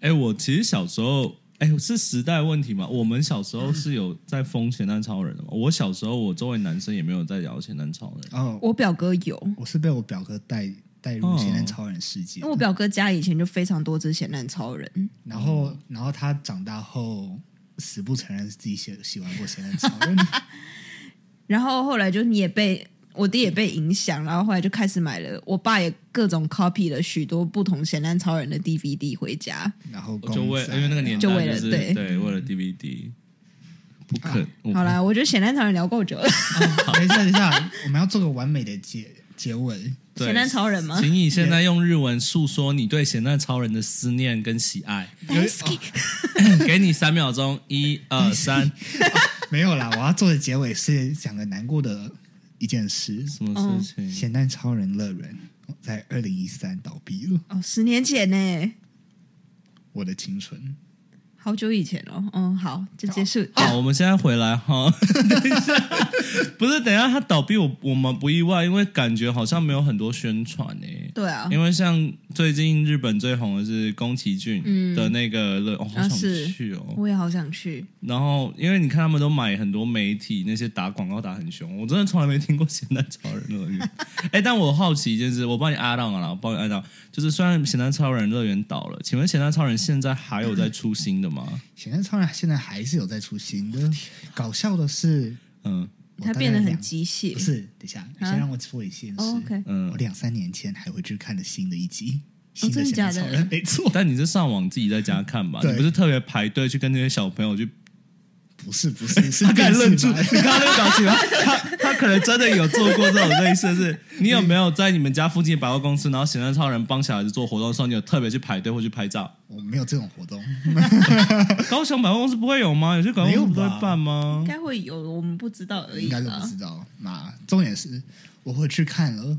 哎、我其实小时候，哎、是时代问题吗？我们小时候是有在封咸蛋超人的吗？我小时候，我周围男生也没有在聊咸蛋超人。哦，我表哥有，我是被我表哥带带入现在超人世界因为，我表哥家以前就非常多只咸蛋超人，然后然后他长大后死不承认自己喜喜欢过现在超 人，然后后来就你也被我弟也被影响，然后后来就开始买了，我爸也各种 copy 了许多不同咸蛋超人的 DVD 回家。然后公仔啊嗯就为因为那个年代就为了是对啊对为了 DVD，不可、我好啦，我觉得咸蛋超人聊够久了，哦等一下等一下，我们要做个完美的结结尾。对咸蛋超人吗？请你现在用日文诉说你对咸蛋超人的思念跟喜爱， 有哦给你三秒钟，一二三， 没有啦，我要做的结尾是讲个难过的一件事：什么事嗯情？咸蛋超人乐园在二零一三倒闭了，哦，十年前呢，我的青春。好久以前哦。嗯，好，就结束。哦好，我们现在回来 哈。等一下，不是，等一下他倒闭，我我们不意外，因为感觉好像没有很多宣传诶、对啊，因为像最近日本最红的是宫崎骏的那个乐，哦，好嗯啊想是去哦。我也好想去。然后，因为你看他们都买很多媒体那些打广告打很凶，我真的从来没听过咸蛋超人乐园。 哎，但我好奇一件事，我帮你阿到了，我帮你阿到，就是虽然咸蛋超人乐园倒了，请问咸蛋超人现在还有在出新的吗？咸蛋超人现在还是有在出新的。搞笑的是，嗯我它大概变得很两机械。不是，等一下，你啊先让我做一件事。哦，OK，哦我嗯，两三年前还回去看了新的一集，新真的咸蛋假超的人，没错，但你是上网自己在家看吧？对你不是特别排队去跟那些小朋友去？不是不是 是他电敢愣视住，版你看他那个表情吗？他他可能真的有做过这种类似的事。你有没有在你们家附近的百货公司，然后咸蛋超人帮小孩子做活动的时候，你有特别去排队或去拍照？我没有这种活动，高雄百货公司不会有吗？有些百货公司不没有吧会办吗应？该会有，我们不知道而应已该都啦不。知道。那重点是，我回去看了，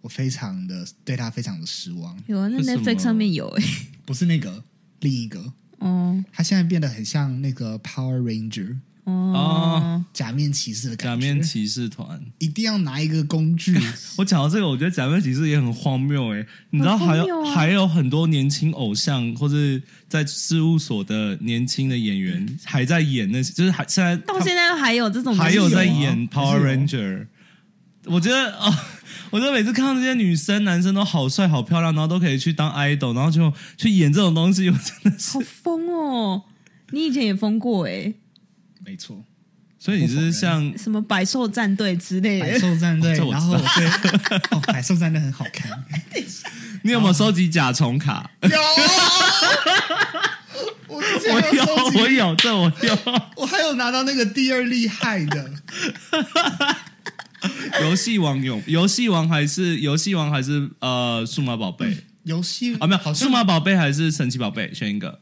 我非常的对他非常的失望，有啊，那为什么 Netflix 上面有诶。不是那个另一个，欸哦它现在变得很像那个 Power Ranger 啊哦，假面骑士的感觉，假面骑士团。一定要拿一个 工具，我讲到这个，我觉得假面骑士也很荒谬哎、你知道还很荒有、谬啊还有很多年轻偶像或者在事务所的年轻的演员还在演那些，就是还现在到现在都还啊有这种哦还有在演还是 Power 有啊 Ranger，我觉得哦，我觉得每次看到这些女生男生都好帅好漂亮，然后都可以去当 idol，然后就去演这种东西，我真的是好。疯哦！你以前也疯过哎、没错，所以你是像什么百兽战队之类百的，兽战队，这我知道然后我对，哦，百兽战队很好看，你有没有收集甲虫卡？ 有，啊我之 前我有收集有，我有，这我有。我还有拿到那个第二厉害的， 游戏王有，游戏王还是游戏王还是呃数码宝贝游戏啊？没嗯好有，像数码宝贝还是神奇宝贝，选一个。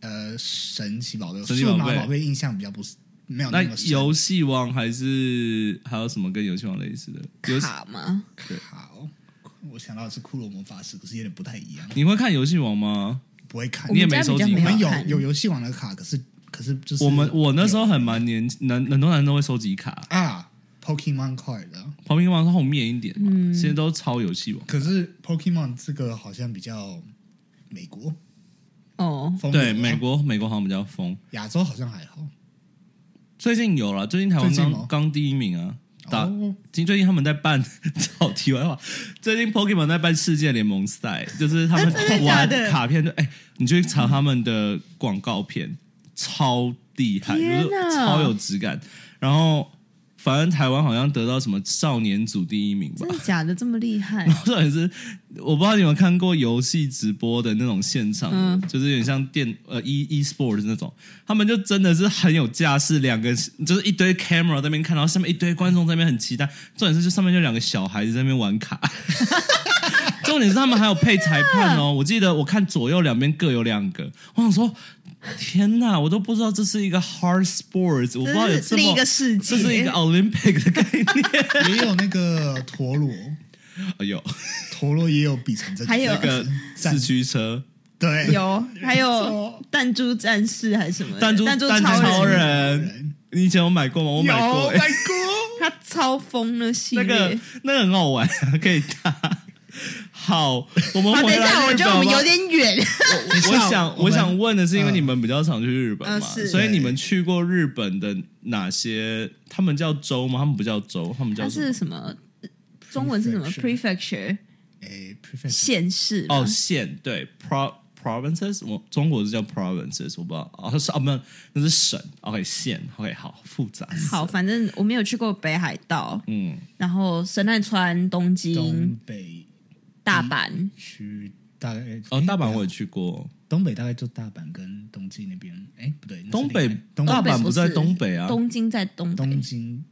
呃神奇宝贝，神奇数宝贝码宝贝印象比较不是没有那那么深游戏王还是还有什么跟游戏王类似的？游戏卡吗？好，我想到的是骷髅魔法师，可是有点不太一样，你会看游戏王吗？不会看我你。也们没家比收集我较没我们有看有游戏王的卡，可是可是就是我们我那时候很蛮年男很多男生都会收集卡，啊，Pokemon Card 的，旁边王是后面一点嘛，嗯现在都超游戏王。可是 Pokemon 这个好像比较美国哦，风格对，吧美国美国好像比较疯，啊亚洲好像还好。最近有了，最近台湾最近吗刚刚第一名啊，打哦今最近他们在办， 好题外话，最近 Pokemon 在办世界联盟赛，就是他们 真的假玩的卡片，就哎、你去查他们的广告片，超厉害，就天是哪超有质感。然后，反正台湾好像得到什么少年组第一名吧真。的假的这么厉害？重点是，我不知道你们有没有看过游戏直播的那种现场的，嗯就是有点像电呃 e e sports 那种，他们就真的是很有架势，两个就是一堆 camera 在那边看，然后上面一堆观众在那边很期待。重点是，就上面就两个小孩子在那边玩卡。 重点是他们还有配裁判哦，我记得我看左右两边各有两个，我想说。天呐，我都不知道这是一个 hard sports，我不知道有这这是么另一个世这界，是一个 Olympic 的概念。 也有那个陀螺，哎 呦，陀螺也有比成这个，还有那个四驱车，对 有，还有错弹珠战士还是什么的弹珠弹珠弹珠超超人，人，你以前有买过吗？我买过、欸，买 过，他超疯的系那列。个那个很好玩，可以打。好，我们好，等回一来下，我日觉本得吧。我们有点远。我等一下想我我们想问的是，因为嗯你们比较常去日本嘛，嗯是所以你们去过日本的哪些？他们叫州吗？他们不叫州，他们它 叫什是么？什么？中文是什么 prefecture 哎，prefect 县市吗哦，县对 pro provinces，我中国是叫 provinces，我不知道哦是哦没有，那是省。OK 县 OK 好复杂。好，反正我没有去过北海道，嗯，然后神奈川、东东京、北大阪，区大概哦哎大阪我对也啊去过，东北大概就大阪跟东京那边，哎不对，那是东北另外东大阪不不是在东北啊，东京在东东北，京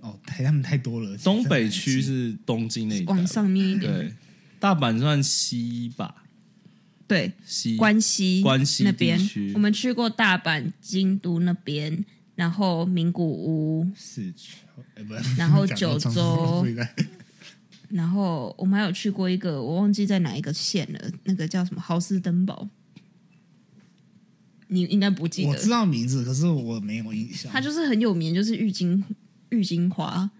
哦太他们太多了，东北区真的是东京那一带吧，往上面一点，对，大阪算西吧，对，西关西关西那边地区，我们去过大阪、京都那边，然后名古屋，四川，哎不，然后 讲九到长州对的然后我们还有去过一个我忘记在哪一个县了，那个叫什么豪斯登堡，你应该不记我得，知道名字，可是我没有印象，它就是很有名，就是郁金郁金花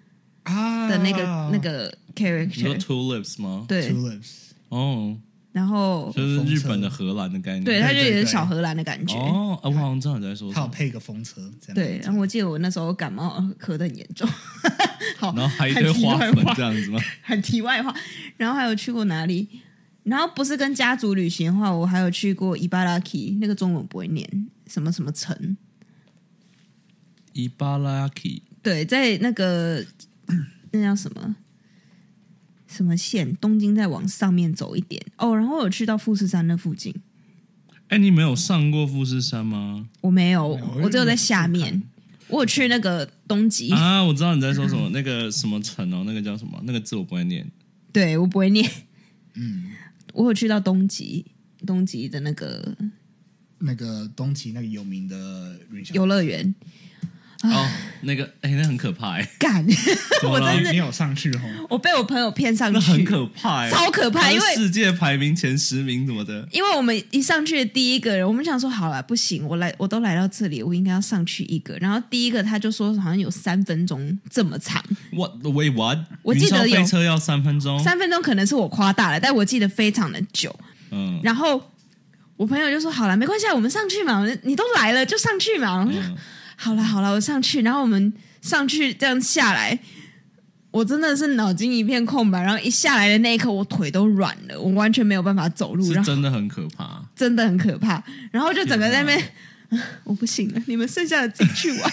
啊的那个、那个你说 character， tulips 吗？，对， tulips 哦，然后就是日本的荷兰的概念，对，它就有对点对小荷兰的感觉。哦，啊我好像知道你在说什它有么，配一个风车这样，对，然后我记得我那时候感冒咳得很严重， 好，然后还一很堆题花外粉话这样 子吗？很题外话。然后还有去过哪里？然后不是跟家族旅行的话，我还有去过伊巴拉基，那个中文不会念，什么什么城。伊巴拉基对，在那个 那叫什么什么县，东京再往上面走一点哦。然后我有去到富士山那附近，哎，你没有上过富士山吗？我没有，没有我只有在下面。我有去那个东极，啊，我知道你在说什么，那个什么城哦，那个叫什么？那个字我不会念，对我不会念。我有去到东极，东极的那个那个东崎那个有名的云霄游乐园，哦，那个哎、那很可怕哎、干， 么我了真你的啊你有上去吼？我被我朋友骗上去，那很可怕、欸，超可怕因为它是世界排名前十名怎么的？因为我们一上去的第一个人，我们想说好了，不行，我来我都来到这里，我应该要上去一个。然后第一个他就说好像有三分钟这么长， What the way what？我记得有云霄飞车要三分钟，三分钟可能是我夸大了，但我记得非常的久。嗯，然后我朋友就说好了，没关系，啊，我们上去嘛，我们你都来了就上去嘛。我就嗯好了好了，我上去，然后我们上去这样下来，我真的是脑筋一片空白。然后一下来的那一刻，我腿都软了，我完全没有办法走路，是然后真的很可怕。真的很可怕。然后就整个在那边天， 我不行了，你们剩下的自己去 玩，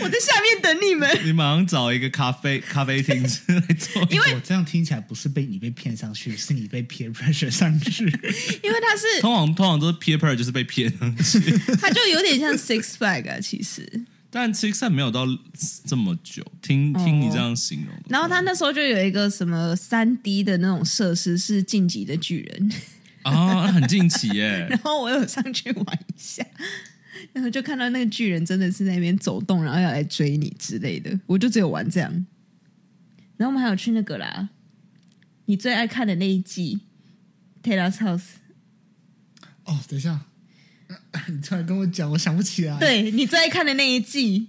我在下面等你们。你马上找一个咖啡 咖啡厅之类做，因为哎我这样听起来不是被你被骗上去，是你被 peer pressure 上去。 因为它 是，通常通常都是 peer pressure 就是被骗，它就有点像 Six Flag 啊，其实。 但 Six Flags 没有到这么久。听哦听你这样形容的然后他那时候就有一个什么三 D 的那种设施是晋级的巨 人，啊，那很近期耶、 然后我有上去玩一下，然后就看到那个巨人真的是在那边走动，然后要来追你之类的，我就只有玩这样。然后我们还有去那个啦，你最爱看的那一季《Taylor's House》，哦，等一下，你突然跟我讲，我想不起来。，对你最爱看的那一季，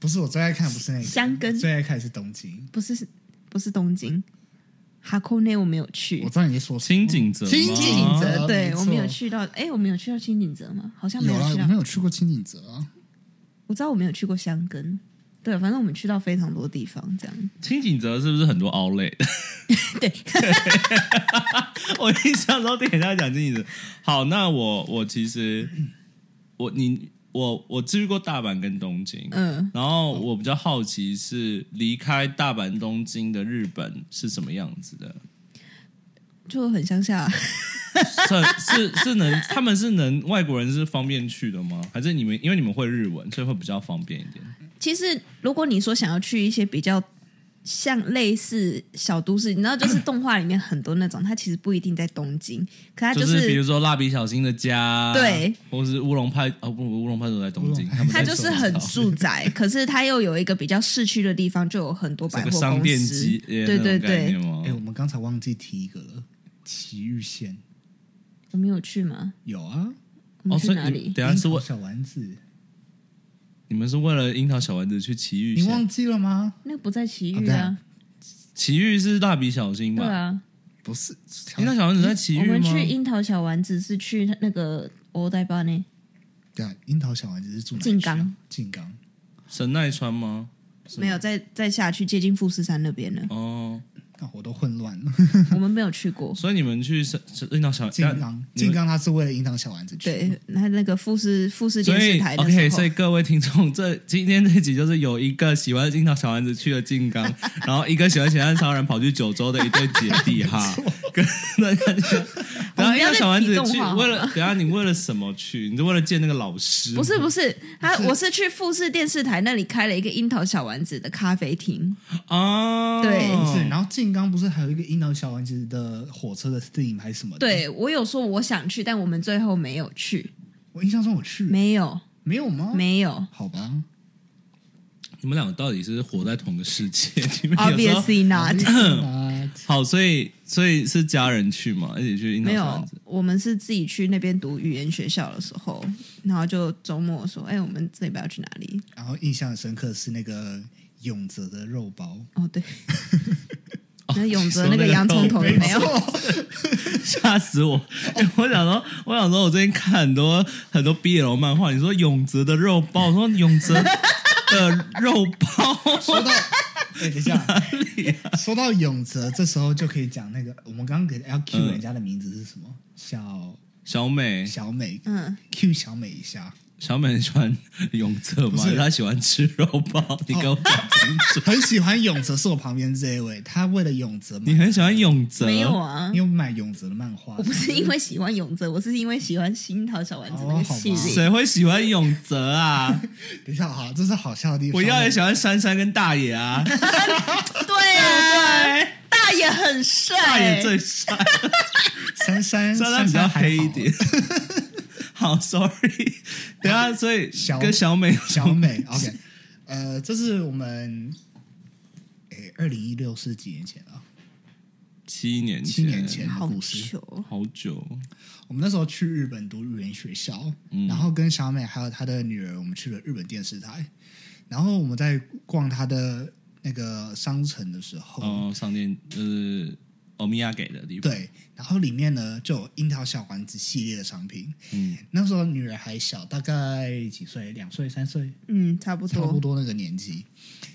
不是我最爱看，不是那个香根我最爱看是东京。不是不是东京，哈库内我没有去我，知道你在说什清么景泽吗，清清景啊泽，对没错我没有去到，哎，我没有去到清景泽吗？好像没有啊，去我到没，有去过清景泽啊。我知道我没有去过香根，对，反正我们去到非常多地方，这样。清景泽是不是很多 outlet？ 对， 我印象中等一下讲清景泽。好，那我我其实我你我我去过大阪跟东京，嗯，然后我比较好奇是离开大阪、东京的日本是什么样子的？就很乡下。 是是是能他们是能外国人是方便去的吗？还是你们因为你们会日文，所以会比较方便一点？其实，如果你说想要去一些比较像类似小都市，你知道，就是动画里面很多那种，它其实不一定在东京，可它、就是比如说蜡笔小新的家，对，或是乌龙派哦不乌龙派都在东京，乌龙派他们在它就是很手住宅，可是它又有一个比较市区的地方，就有很多这百个货商公店司街，，对对对，吗哦哎、？我们刚才忘记提一个了，埼玉县我们有去吗？有啊，我哦，们去所以哪你里？等一下是樱桃为小丸子，你们是为了樱桃小丸子去奇遇你县？忘记了吗？那个不在奇遇对啊啊，奇遇是蜡笔小新对吧？啊，不是，樱桃小丸子在奇我遇吗？们去樱桃小丸子是去那个欧代巴呢，对啊，樱桃小丸子是住哪静一区啊冈，静冈神奈川吗？是吗没有再再下去接近富士山那边了，哦，那我都混乱了。 我们没有去过。所以你们去神樱桃小静啊冈，你们静冈它是为了樱桃小丸子去，对，那那个富士富士所电视以台的时候，OK，所以各位听众，这今天这集就是有一个喜欢樱桃小丸子去了静 冈，然后一个喜欢咸蛋超人跑去九州的一对姐弟 哈，跟大家讲，我然后们不樱要桃小丸子再提去动画好吗为了，等一下你为了什么去？你是为了见那个老师？不是不是，他我是去富士电视台那里开了一个樱桃小丸子的咖啡厅，哦，对不是。然后静冈不是还有一个樱桃小丸子的火车的 theme 还是什么的？，对我有说我想去，但我们最后没有去，我印象中我去没有没有吗？没有好吧，你们两个到底是活在同个世界？你们有时候，obviously not， 那好，所以所以是家人去嘛，一起去樱桃没小丸有子。，我们是自己去那边读语言学校的时候，然后就周末说，哎，我们这礼拜要去哪里？然后印象很深刻是那个永泽的肉包，哦， 对，那永泽哦说那那个个洋葱头肉有没 有？哎吓死我！ 欸我想说，我想说，我最近看很多很多 BL 漫画，你说永泽的肉包，我说永泽的肉包，说到，哎、等一下，啊 说到永泽，这时候就可以讲那个，我们刚刚给要 Q 嗯人家的名字是什么？小小美，小美嗯， ，Q 小美一 下，小美很喜欢永泽吗不？是哦她喜欢吃肉包，你跟我讲清楚。很喜欢永泽，是我旁边这一位，他为了永泽你买，很喜欢永泽，没有啊你，有买永泽的漫画？我不是因为喜欢永泽，我是因为喜欢樱桃小丸子那个系哦好吧列。谁会喜欢永泽 啊？等一下，好，这是好笑的地方。我要也喜欢珊珊跟大野 啊，对啊，大爷很大帅野，最帅，珊珊，珊珊珊比较还黑好一 点。。好，sorry，等一下，所以小跟小美有什小么美，OK，呃，这是我们诶，二零一六是几年前啊？七年前，七年前好故事糗，好久，我们那时候去日本读语言学校，嗯然后跟小美还有她的女儿，我们去了日本电视台。然后我们在逛她的那个商城的时候，哦，商店就是欧米亚给的地方，对，然后里面呢就有樱桃小丸子系列的商品。嗯，那时候女儿还小，大概几岁？两岁、三岁，嗯，差不差不多，多那个年纪。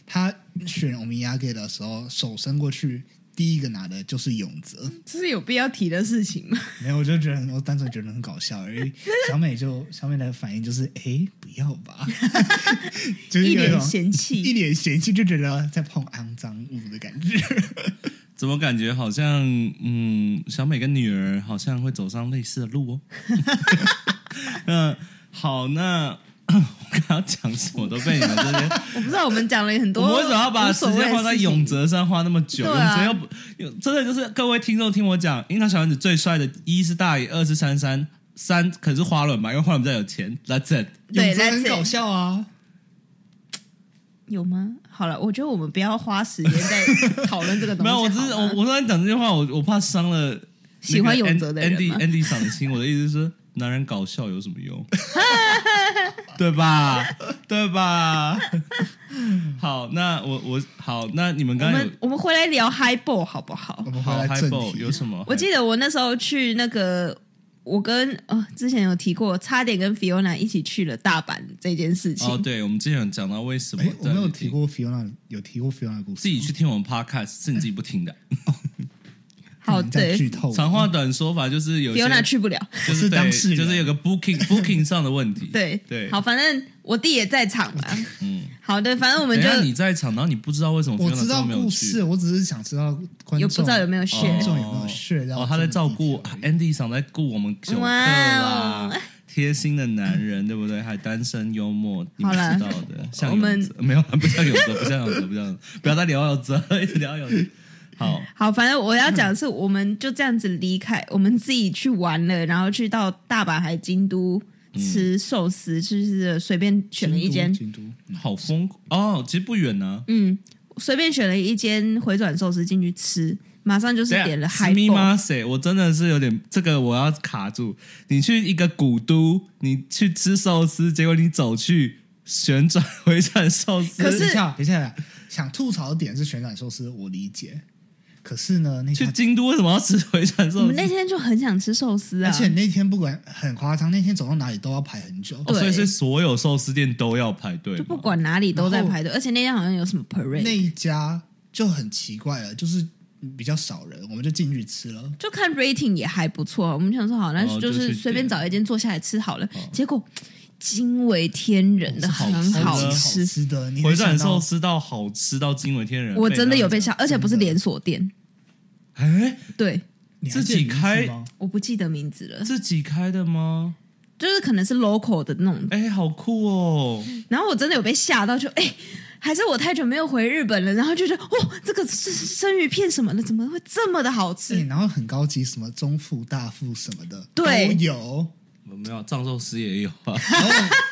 她选欧米亚给的时候，手伸过去，第一个拿的就是永泽。这是有必要提的事情吗？没有，我就觉得我单纯觉得很搞 笑而已。小美就小美的反应就是，哎，不要 吧， 就是一有脸种嫌一弃，脸嫌弃，就觉得在碰肮脏物的感觉。怎么感觉好像嗯，小美跟女儿好像会走上类似的 路哦。嗯，好，那我刚刚讲什么都被你们这 些，我不知道我们讲了很我多，们为什么要把无时所谓的间花在事情永？泽上花那么久？对永啊泽又不，有真的就是各位听众听我讲，樱桃小丸子最帅的一是大野，二是三三。三可能是花轮吧，因为花轮比较有钱。That's it。 对永泽 that's 很 it 搞笑啊！有吗？好了，我觉得我们不要花时 间在讨论这个东西。没有，我只是好吗我我刚才讲这句话，我我怕伤了喜欢那个永泽的人 Andy 吗 Andy 赏心。我的意思是，男人搞笑有什么 用？对吧？对吧？好，那我我好，那你们我刚刚有们我们回来聊 high ball 好不好我？们回好来 high 正 ball 题，有什么？我记得我那时候去那个，我跟呃之前有提过，差点跟 Fiona 一起去了大阪这件事情。哦，对，我们之前有讲到为什么哎，我没有在提过 Fiona，有提过 Fiona 的故事，自己去听我们 podcast 是你自己不听哎的。好，不能再对剧透。长话短说法就是有些，Fiona 去不了。就我是对当事人就是有个 booking booking 上的问题。 对对，好，，反正我弟也在场嘛。嗯，好的，反正我等们一就下你在场，然后你不知道为什么我 Fiona 知道都没有故去事，我只是想知道观有众啊不知道有没有观 share 众有没有血到哦，他在照顾这么低调 Andy 想在顾我们久客哇啦哦，贴心的男人对不对？还单身幽默，你们好啦知道的。像我们永泽没有，啊不像永泽，不像永泽，不像永泽，不要再聊永泽，一直聊永泽。好，好，反正我要讲的是，我们就这样子离开，我们自己去玩了，然后去到大阪还京都吃寿司，就是随便选了一间，京都，京都好疯哦，其实不远呢、嗯，随便选了一间回转寿司进去吃，马上啊就是点啊了海咪波，吗？谁？我真的是有点这个，我要卡住。你去一个古都，你去吃寿司，结果你走去旋转回转寿司，可是等一下，等一下，想吐槽的点是旋转寿司，我理解。可是呢，那去家京都为什么要吃回转我寿们司那？天就很想吃寿司啊而，且那天不管很夸张，那天走到哪里都要排很久。哦、所以对是所有寿司店都要排队吗，就不管哪里都在然后排队，而且那天好像有什么 parade，那一家就很奇怪了，就是比较少人，我们就进去吃了。就看 rating 也还不错，我们想说好，那哦就就是去随便点找一间坐下来吃好了。哦结果惊为天人的，哦是好很吃的好好吃，吃的，你回转转寿司到好吃到惊为天人，我真的有被吓。吓，而且不是连锁店，哎，对，自己开我不记得名字了，自己开的吗？就是可能是 local 的那种。哎，好酷哦！然后我真的有被吓到就，哎，还是我太久没有回日本了，然后就觉得哦，这个生生鱼片什么的怎么会这么的好吃？哎对，然后很高级，什么中富、大富什么的，对都有。我没有藏寿司也有啊，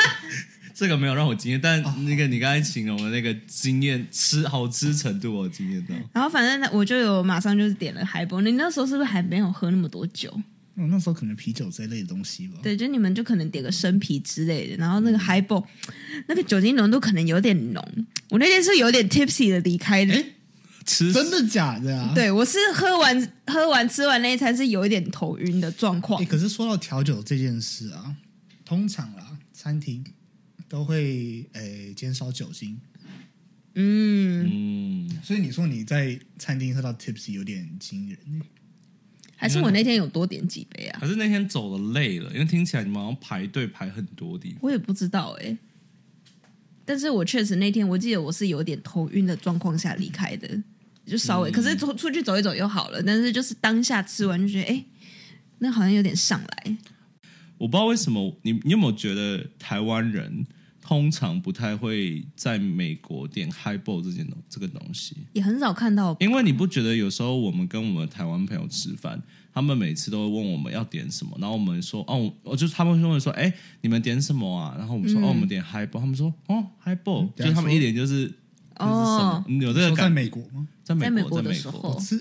这个没有让我惊艳，但哦那个你刚才形容的那个惊艳吃好吃程度，我惊艳到。然后反正呢我就有马上就是点了海波，你那时候是不是还没有喝那么多酒？我哦那时候可能啤酒这类的东西吧。对，就你们就可能点个生啤之类的，然后那个 high ball，那个酒精浓度可能有点浓。我那天是有点 tipsy 的离开的，吃真的假的啊？对我是喝完喝完吃完那一餐是有一点头晕的状况欸。可是说到调酒这件事啊，通常啦，餐厅都会诶减少酒精，嗯，嗯，所以你说你在餐厅喝到 tipsy 有点惊人欸、还是我那天有多点几杯啊？可是那天走的累了，因为听起来你们好像排队排很多地方。我也不知道哎、但是我确实那天我记得我是有点头晕的状况下离开的，就稍微，嗯可是出出去走一走又好了。但是就是当下吃完就觉得，哎、那好像有点上来。我不知道为什么你你有没有觉得台湾人通常不太会在美国点 highball 这件东这个东西，也很少看到。因为你不觉得有时候我们跟我们台湾朋友吃饭，他们每次都会问我们要点什么，然后我们说哦，我就是他们就会说，哎，你们点什么啊？然后我们说、哦，我们点 highball，他们说哦 highball，嗯就他们一脸就是这是什么哦，你有这说个在感觉美国吗？在在美美国，在国的美时国，候，是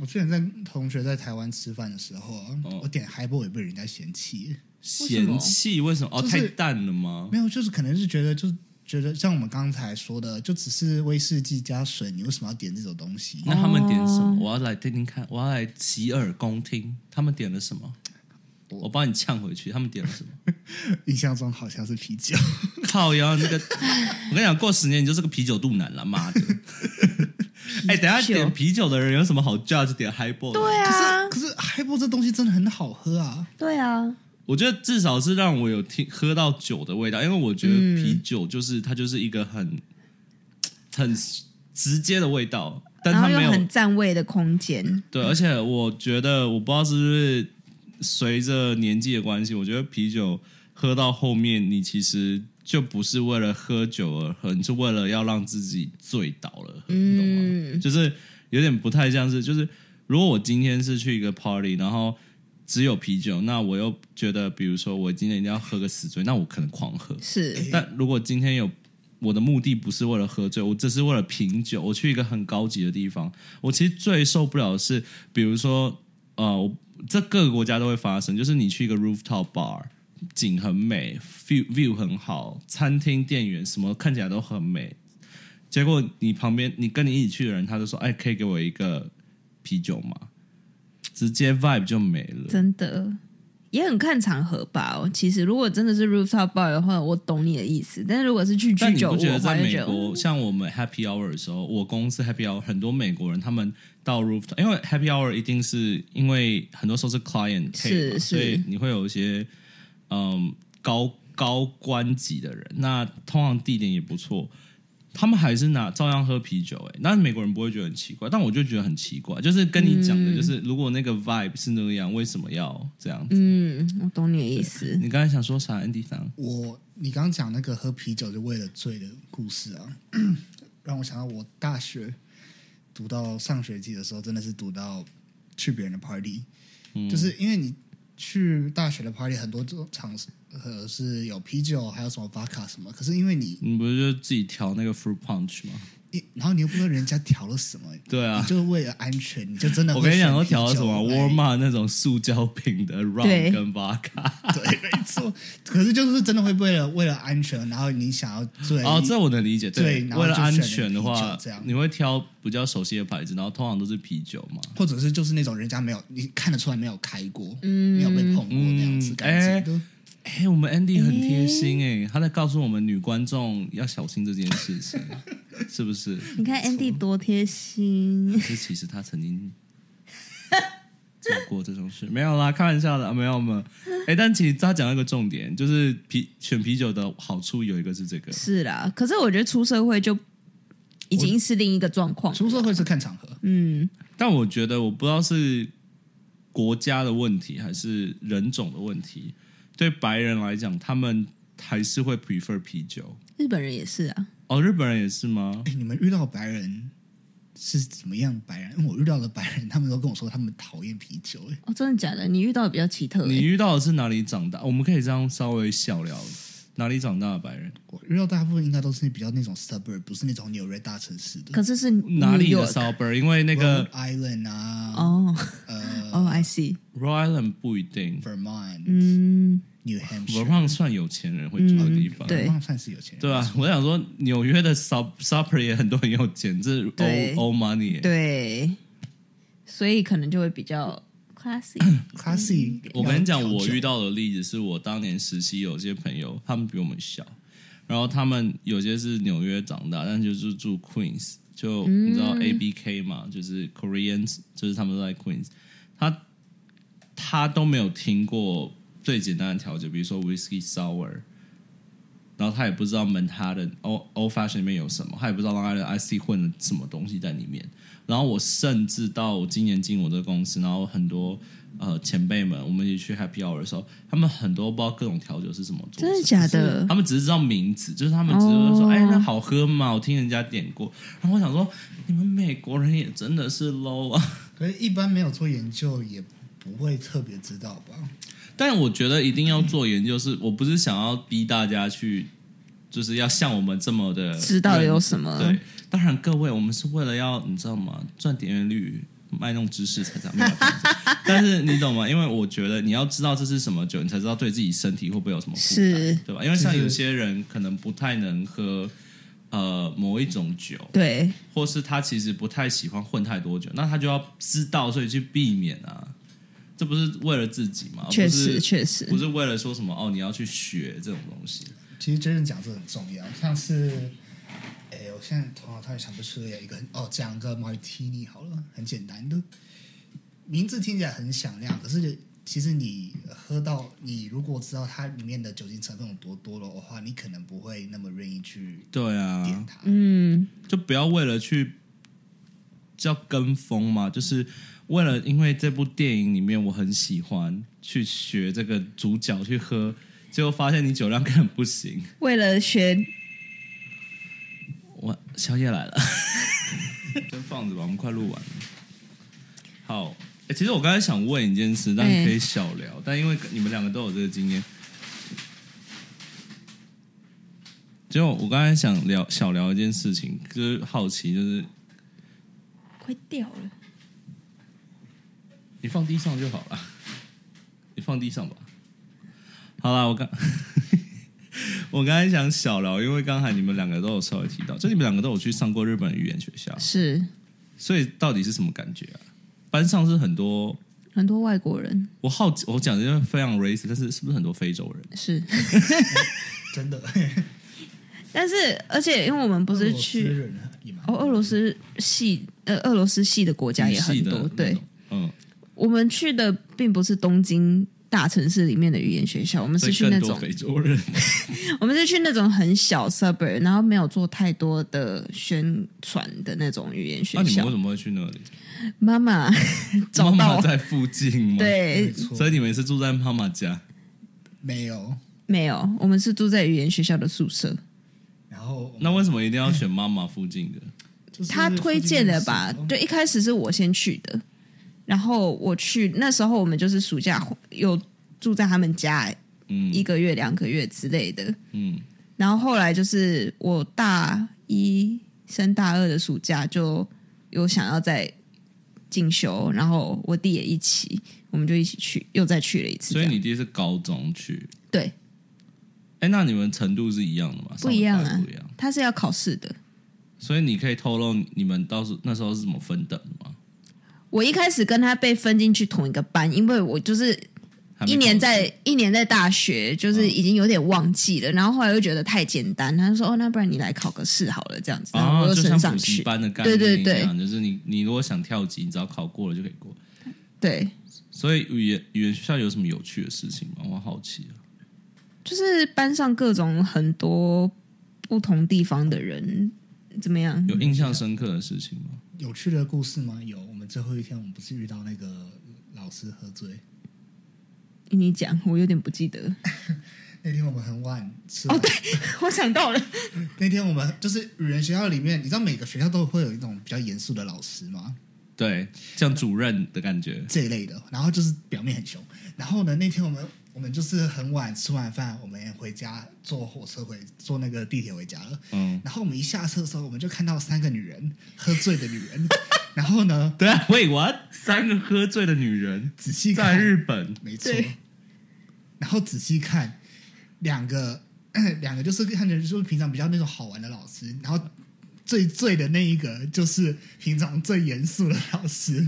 我之前在同学在台湾吃饭的时候啊，哦我点 highball 也被人家嫌弃，什嫌么弃为什么？哦，就是太淡了吗没？有，就是可能是觉得就觉得像我们刚才说的，就只是威士忌加水，你为什么要点这种东西？那他们点什哦么？我要来听听看，我要来洗耳恭听，他们点了什么？我帮你呛回去，他们点了什么？印象中好像是啤酒，靠腰那个， 我跟你讲，过十年你就是个啤酒肚腩了，妈 的！哎、等一下点啤酒的人有什么好 judge 点 highball？对对啊，可是 highball 这东西真的很好喝啊！对啊，我觉得至少是让我有听喝到酒的味道，因为我觉得嗯啤酒就是、它就是一个很很直接的味道，但然它后没又有很占位的空间，对，而且我觉得，我不知道是不是随着年纪的关系，我觉得啤酒喝到后面，你其实就不是为了喝酒而喝，你是为了要让自己醉倒了喝，你懂吗？嗯就是有点不太像是，就是如果我今天是去一个 party，然后只有啤酒，那我又觉得，比如说我今天一定要喝个死醉，那我可能狂喝，是但如果今天有我的目的不是为了喝醉，我只是为了品酒，我去一个很高级的地方，我其实最受不了的是，比如说呃，我这各个国家都会发生，就是你去一个 rooftop bar。景很美，view view 很好，餐厅店员什么看起来都很美。结果你旁边你跟你一起去的人，他就说：“哎，可以给我一个啤酒吗？”直接 vibe 就没了。真的。也很看场合吧、哦。其实，如果真的是 rooftop bar 的话，我懂你的意思。但是如果是去但居你酒不屋觉得的话，在就美觉得国，像我们 Happy Hour 的时候，我公司 Happy Hour 很多美国人他们到 rooftop，因为 Happy Hour 一定是因为很多时候是 client 是 pay 嘛，是所以你会有一些嗯高高官级的人，那通常地点也不错。他们还是拿照样喝啤酒、欸，哎，那美国人不会觉得很奇怪，但我就觉得很奇怪，就是跟你讲嗯的，就是如果那个 vibe 是那样，为什么要这样子？嗯，我懂你的意思。你刚才想说啥，Andy 桑？我你刚刚讲那个喝啤酒就为了醉的故事啊， 让我想到我大学读到上学期的时候，真的是读到去别人的 party，、就是嗯因为你去大学的 party 很多种场合是有啤酒，还有什么 vodka 什么，可是因为你你不是就自己调那个 fruit punch 吗？一然后你又不知道人家调了什么，对啊你，就为了安全，你就真的我会跟你讲，选都啤酒哎调了什么来 warm up 那种塑胶瓶 的 rum 对跟 vodka。对，没错。可是就是真的会为了为了安全，然后你想要醉哦，这我能理解。对然后为了就安选全的啤酒话这样，你会挑比较熟悉的牌子，然后通常都是啤酒嘛。或者是就是那种人家没有你看得出来没有开过，嗯没有被碰过那样子嗯感觉。哎，我们 Andy 很贴心哎，他在告诉我们女观众要小心这件事情， 是不是？你看 Andy 多贴心，这其实他曾 经做过这种事，没有啦，开玩笑的，啊没有没有。哎，但其实他讲到一个重点，就是啤选啤酒的好处有一个是这个，是啦。可是我觉得出社会就已经是另一个状况。出社会是看场合，嗯，但我觉得我不知道是国家的问题还是人种的问题。对白人来讲，他们还是会 prefer 啤酒。日本人也是啊，哦，日本人也是吗？哎，你们遇到白人是怎么样白人？因为我遇到的白人，他们都跟我说他们讨厌啤酒、哎，哦，真的假的？你遇到的比较奇特、你欸，遇到的是哪里长大？我们可以这样稍微小聊哪里长大的白人，我遇到大部分应该都是比较那种 suburb，不是那种纽约大城市的。可是是哪里 New 的 York suburb？因为那个 Rhode Island 啊，哦呃哦，I see， Rhode Island 不一定，Vermont、嗯， New Hampshire， v e r m o n 算有钱人会住的地方，嗯对 Vermont 算是有钱人，对啊，我想说，纽约的 sub suburb 也很多人有钱，这是 old 对 old money 耶。对，所以可能就会比较 classy， classy 要调酒。我跟你讲，我遇到的例子是我当年实习有些朋友，他们比我们小，然后他们有些是纽约长大，但就是住 Queens，就你知道嗯 ABK 嘛，就是 Koreans，就是他们都在 Queens，他他都没有听过最简单的调酒，比如说 Whisky Sour。然后他也不知道 Manhattan old old fashion 里面有什么，他也不知道 Long Island IC 混了什么东西在里面。然后我甚至到我今年进我的公司，然后很多呃前辈们，我们一起去 Happy Hour 的时候，他们很多不知道各种调酒是什么做真的假的他？们只是知道名字，就是他们只是会说：“哦哎、那好喝吗？”我听人家点过。然后我想说，你们美国人也真的是 low 啊！可是，一般没有做研究也不会特别知道吧？但我觉得一定要做研究是，我不是想要逼大家去，就是要像我们这么的知道有认什么对，当然各位，我们是为了要你知道吗？赚点阅率。卖弄知识才这样，没有这样子但是你懂吗？因为我觉得你要知道这是什么酒，你才知道对自己身体会不会有什么负担， 是对吧？因为像就是有些人可能不太能喝呃某一种酒，对，或是他其实不太喜欢混太多酒，那他就要知道，所以去避免啊。这不是为了自己嘛？确啊不实是确实不是为了说什么哦，你要去学这种东西。其实真正讲这很重要，像是，哎、我现在头脑突然想不出来一个很，哦，讲个 martini 好了，很简单的，名字听起来很响亮，可是其实你喝到，你如果知道它里面的酒精成分有多多的话，你可能不会那么愿意去对啊点，它。嗯，就不要为了去叫跟风嘛，就是为了因为这部电影里面我很喜欢去学这个主角去喝，结果发现你酒量根本不行。为了学我宵夜来了， 先放着吧，我们快录完了。好、诶其实我刚才想问一件事，但哎可以小聊，但因为你们两个都有这个经验，就我刚才想聊小聊一件事情，就是好奇，就是快掉了，你放地上就好了，你放地上吧。好啦，我刚 我刚才想小聊，因为刚才你们两个都有稍微提到，就你们两个都有去上过日本语言学校，是所以到底是什么感觉啊？班上是很多，很多外国人我好奇，我讲的非常 race，但是是不是很多非洲人？是，真的，但是而且因为我们不是 去。也蛮哦，俄罗斯系呃，俄罗斯系的国家也很语系多的。那对种，，嗯，我们去的并不是东京大城市里面的语言学校，我们所是以去那更多种非洲人。我们是去那种很小 suburb，然后没有做太多的宣传的那种语言学那、啊你校。们为什么会去那里？妈妈找妈到妈我，在附近吗？，没对，错，所以你们是住在妈妈家。没有。没有，我们是住在语言学校的宿舍。然后那为什么一定要选妈妈附近的？就是他推荐的吧附嗯近？哦对，一开始是我先去的，然后我去那时候我们就是暑假有住在他们家嗯一个月、两个月之类的。嗯，然后后来就是我大一升大二的暑假就有想要再进修，然后我弟也一起，我们就一起去，又再去了一次这所以样。你弟是高中去。对哎，那你们程度是一样的吗？不一样上啊的班不一样。他是要考试的。所以你可以透露你们到时那时候是怎么分等的吗？我一开始跟他被分进去同一个班，因为我就是还没嗯一年考试在一年在大学，就是已经有点忘记了。然后后来又觉得太简单，他就说：“哦，那不然你来考个试好了。”这样子，然后啊，我又就升像上补习去。班的概念一样，对对就是你你如果想跳级，你只要考过了就可以过。对，所以语言语言学校有什么有趣的事情吗？我好奇啊。就是班上各种很多不同地方的人，怎么样？有印象深刻的事情吗？有趣的故事吗？有，我们最后一天我们不是遇到那个老师喝醉，你讲，我有点不记得。那天我们很晚吃哦完。我想到了，那天我们就是语言学校里面，你知道每个学校都会有一种比较严肃的老师吗？对，像主任的感觉。这一类的，然后就是表面很凶。然后呢，那天我们我们就是很晚吃完饭，我们回家坐火车回坐那个地铁回家了。嗯，然后我们一下车的时候，我们就看到三个女人喝醉的女人。然后呢，对啊，Wait what？三个喝醉的女人仔细在看日 本，没错对。然后仔细看，两个 两个就是看起来就是平常比较那种好玩的老师，然后最醉的那一个就是平常最严肃的老师。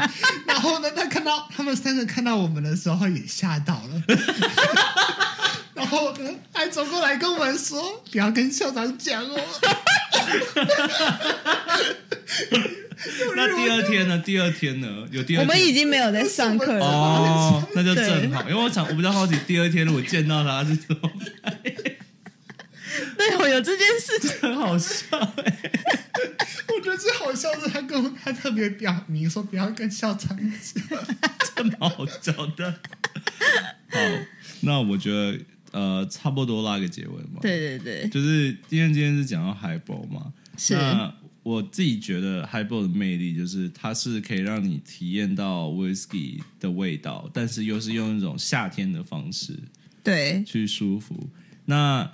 然后呢，他看到他们三个看到我们的时候也吓到了，然后呢还走过来跟我们说不要跟校长讲哦。那第二天呢？第二天呢？有第二天我们已经没有在上课了。哦，那就对正好，因为我想我比较好奇，第二天如果见到他是怎么办？对哦，有这件事情， 很好笑哎、我觉得最好笑的，他跟我他特别表明说不要跟校长讲。这蛮 好笑的。好，那我觉得呃，差不多拉个结尾嘛。，对对对，就是今天今天是讲到海 l 嘛，是那我自己觉得 highball 的魅力就是它是可以让你体验到 whisky 的味道，但是又是用一种夏天的方式对，去舒服。那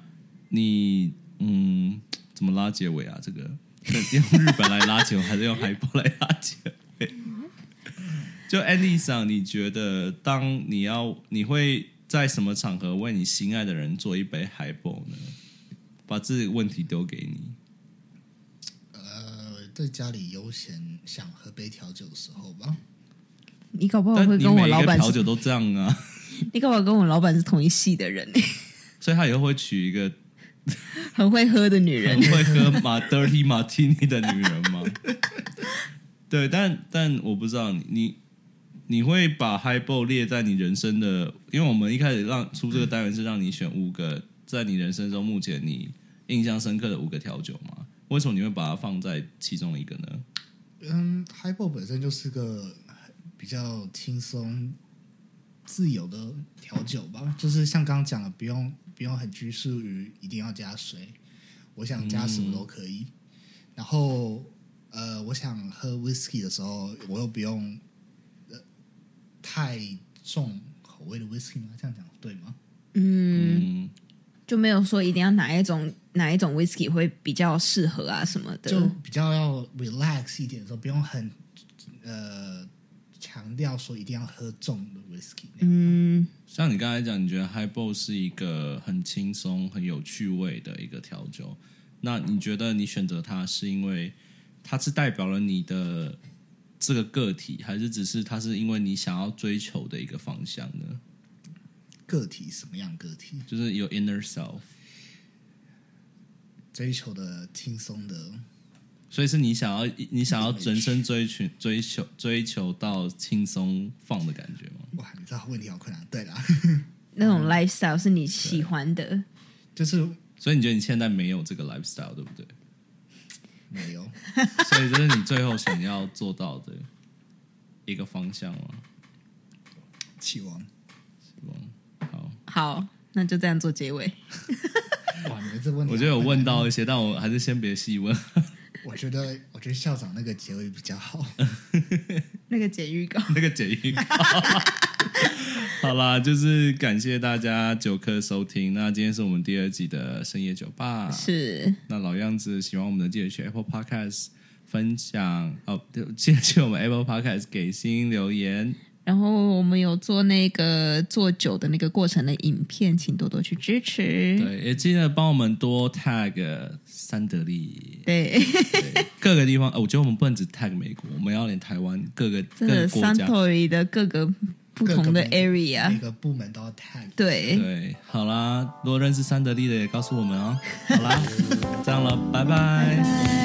你嗯，怎么拉结尾啊？这个 用日本来拉结尾，还是用 highball 来拉结尾？ 就 Andy 上，你觉得当你要你会在什么场合为你心爱的人做一杯 highball 呢？把这个问题丢给你。呃，在家里悠闲想喝杯调酒的时候吧。你搞不好但哦会你跟我每一老个板调是，酒都这样啊， 你搞不好跟我老板是同一系的人， 所以他以后会娶一个很会喝的女人很。会喝马 dirty martini 的女人吗？ 对，但但我不知道你你你会把 highball 列在你人生的，因为我们一开始让出这个单元是让你选五个在你人生中目前你印象深刻的五个调酒嘛？为什么你会把它放在其中一个呢？嗯，highball 本身就是个比较轻松、自由的调酒吧，就是像刚刚讲的，不用不用很拘束于一定要加水，我想加什么都可以。然后，呃，我想喝 whisky 的时候，我又不用呃太重口味的 whisky 吗？这样讲对吗？嗯，嗯，就没有说一定要哪一种哪一种 whisky 会比较适合啊什么的。就比较要 relax 一点的时候，不用很呃强调说一定要喝重的 whisky 那样。嗯，像你刚才讲，你觉得 highball 是一个很轻松、很有趣味的一个调酒。那你觉得你选择它是因为它是代表了你的这个个体，还是只是它是因为你想要追求的一个方向呢？个体什么样个体，就是有 inner self，追求的轻松的，所以是你想要你想要人生追寻追求追求到轻松放的感觉吗？哇，你知道问题好困难。对啦， 那种 lifestyle 是你喜欢的，就是所以你觉得你现在没有这个 lifestyle，对不对？没有，所以这是你最后想要做到的一个方向吗？期望。好，好，那就这样做结尾。哇，你们这问 题，我觉得有问，到一些，但我还是先别细问。 我觉得，我觉得校长那个结尾比较好。那个剪预告，那个剪预告。 好啦，就是感谢大家九课收听。那今天是我们第二季的深夜酒吧。是那老样子，喜欢我们的记得去 Apple Podcast 分享哦，对记得去我们 Apple Podcast 给星留言。然后我们有做那个做酒的那个过程的影片，请多多去支持。对，也记得帮我们多 tag 三得 利对，各个地方、呃我觉得我们不能只 tag 美国，我们要连台湾各个各这个个国家 Suntory 的各个不同的各个部门每 area，个部门都要 tag。对，对，好啦，如果认识三得利的也告诉我们哦。好啦，这样了，拜拜拜。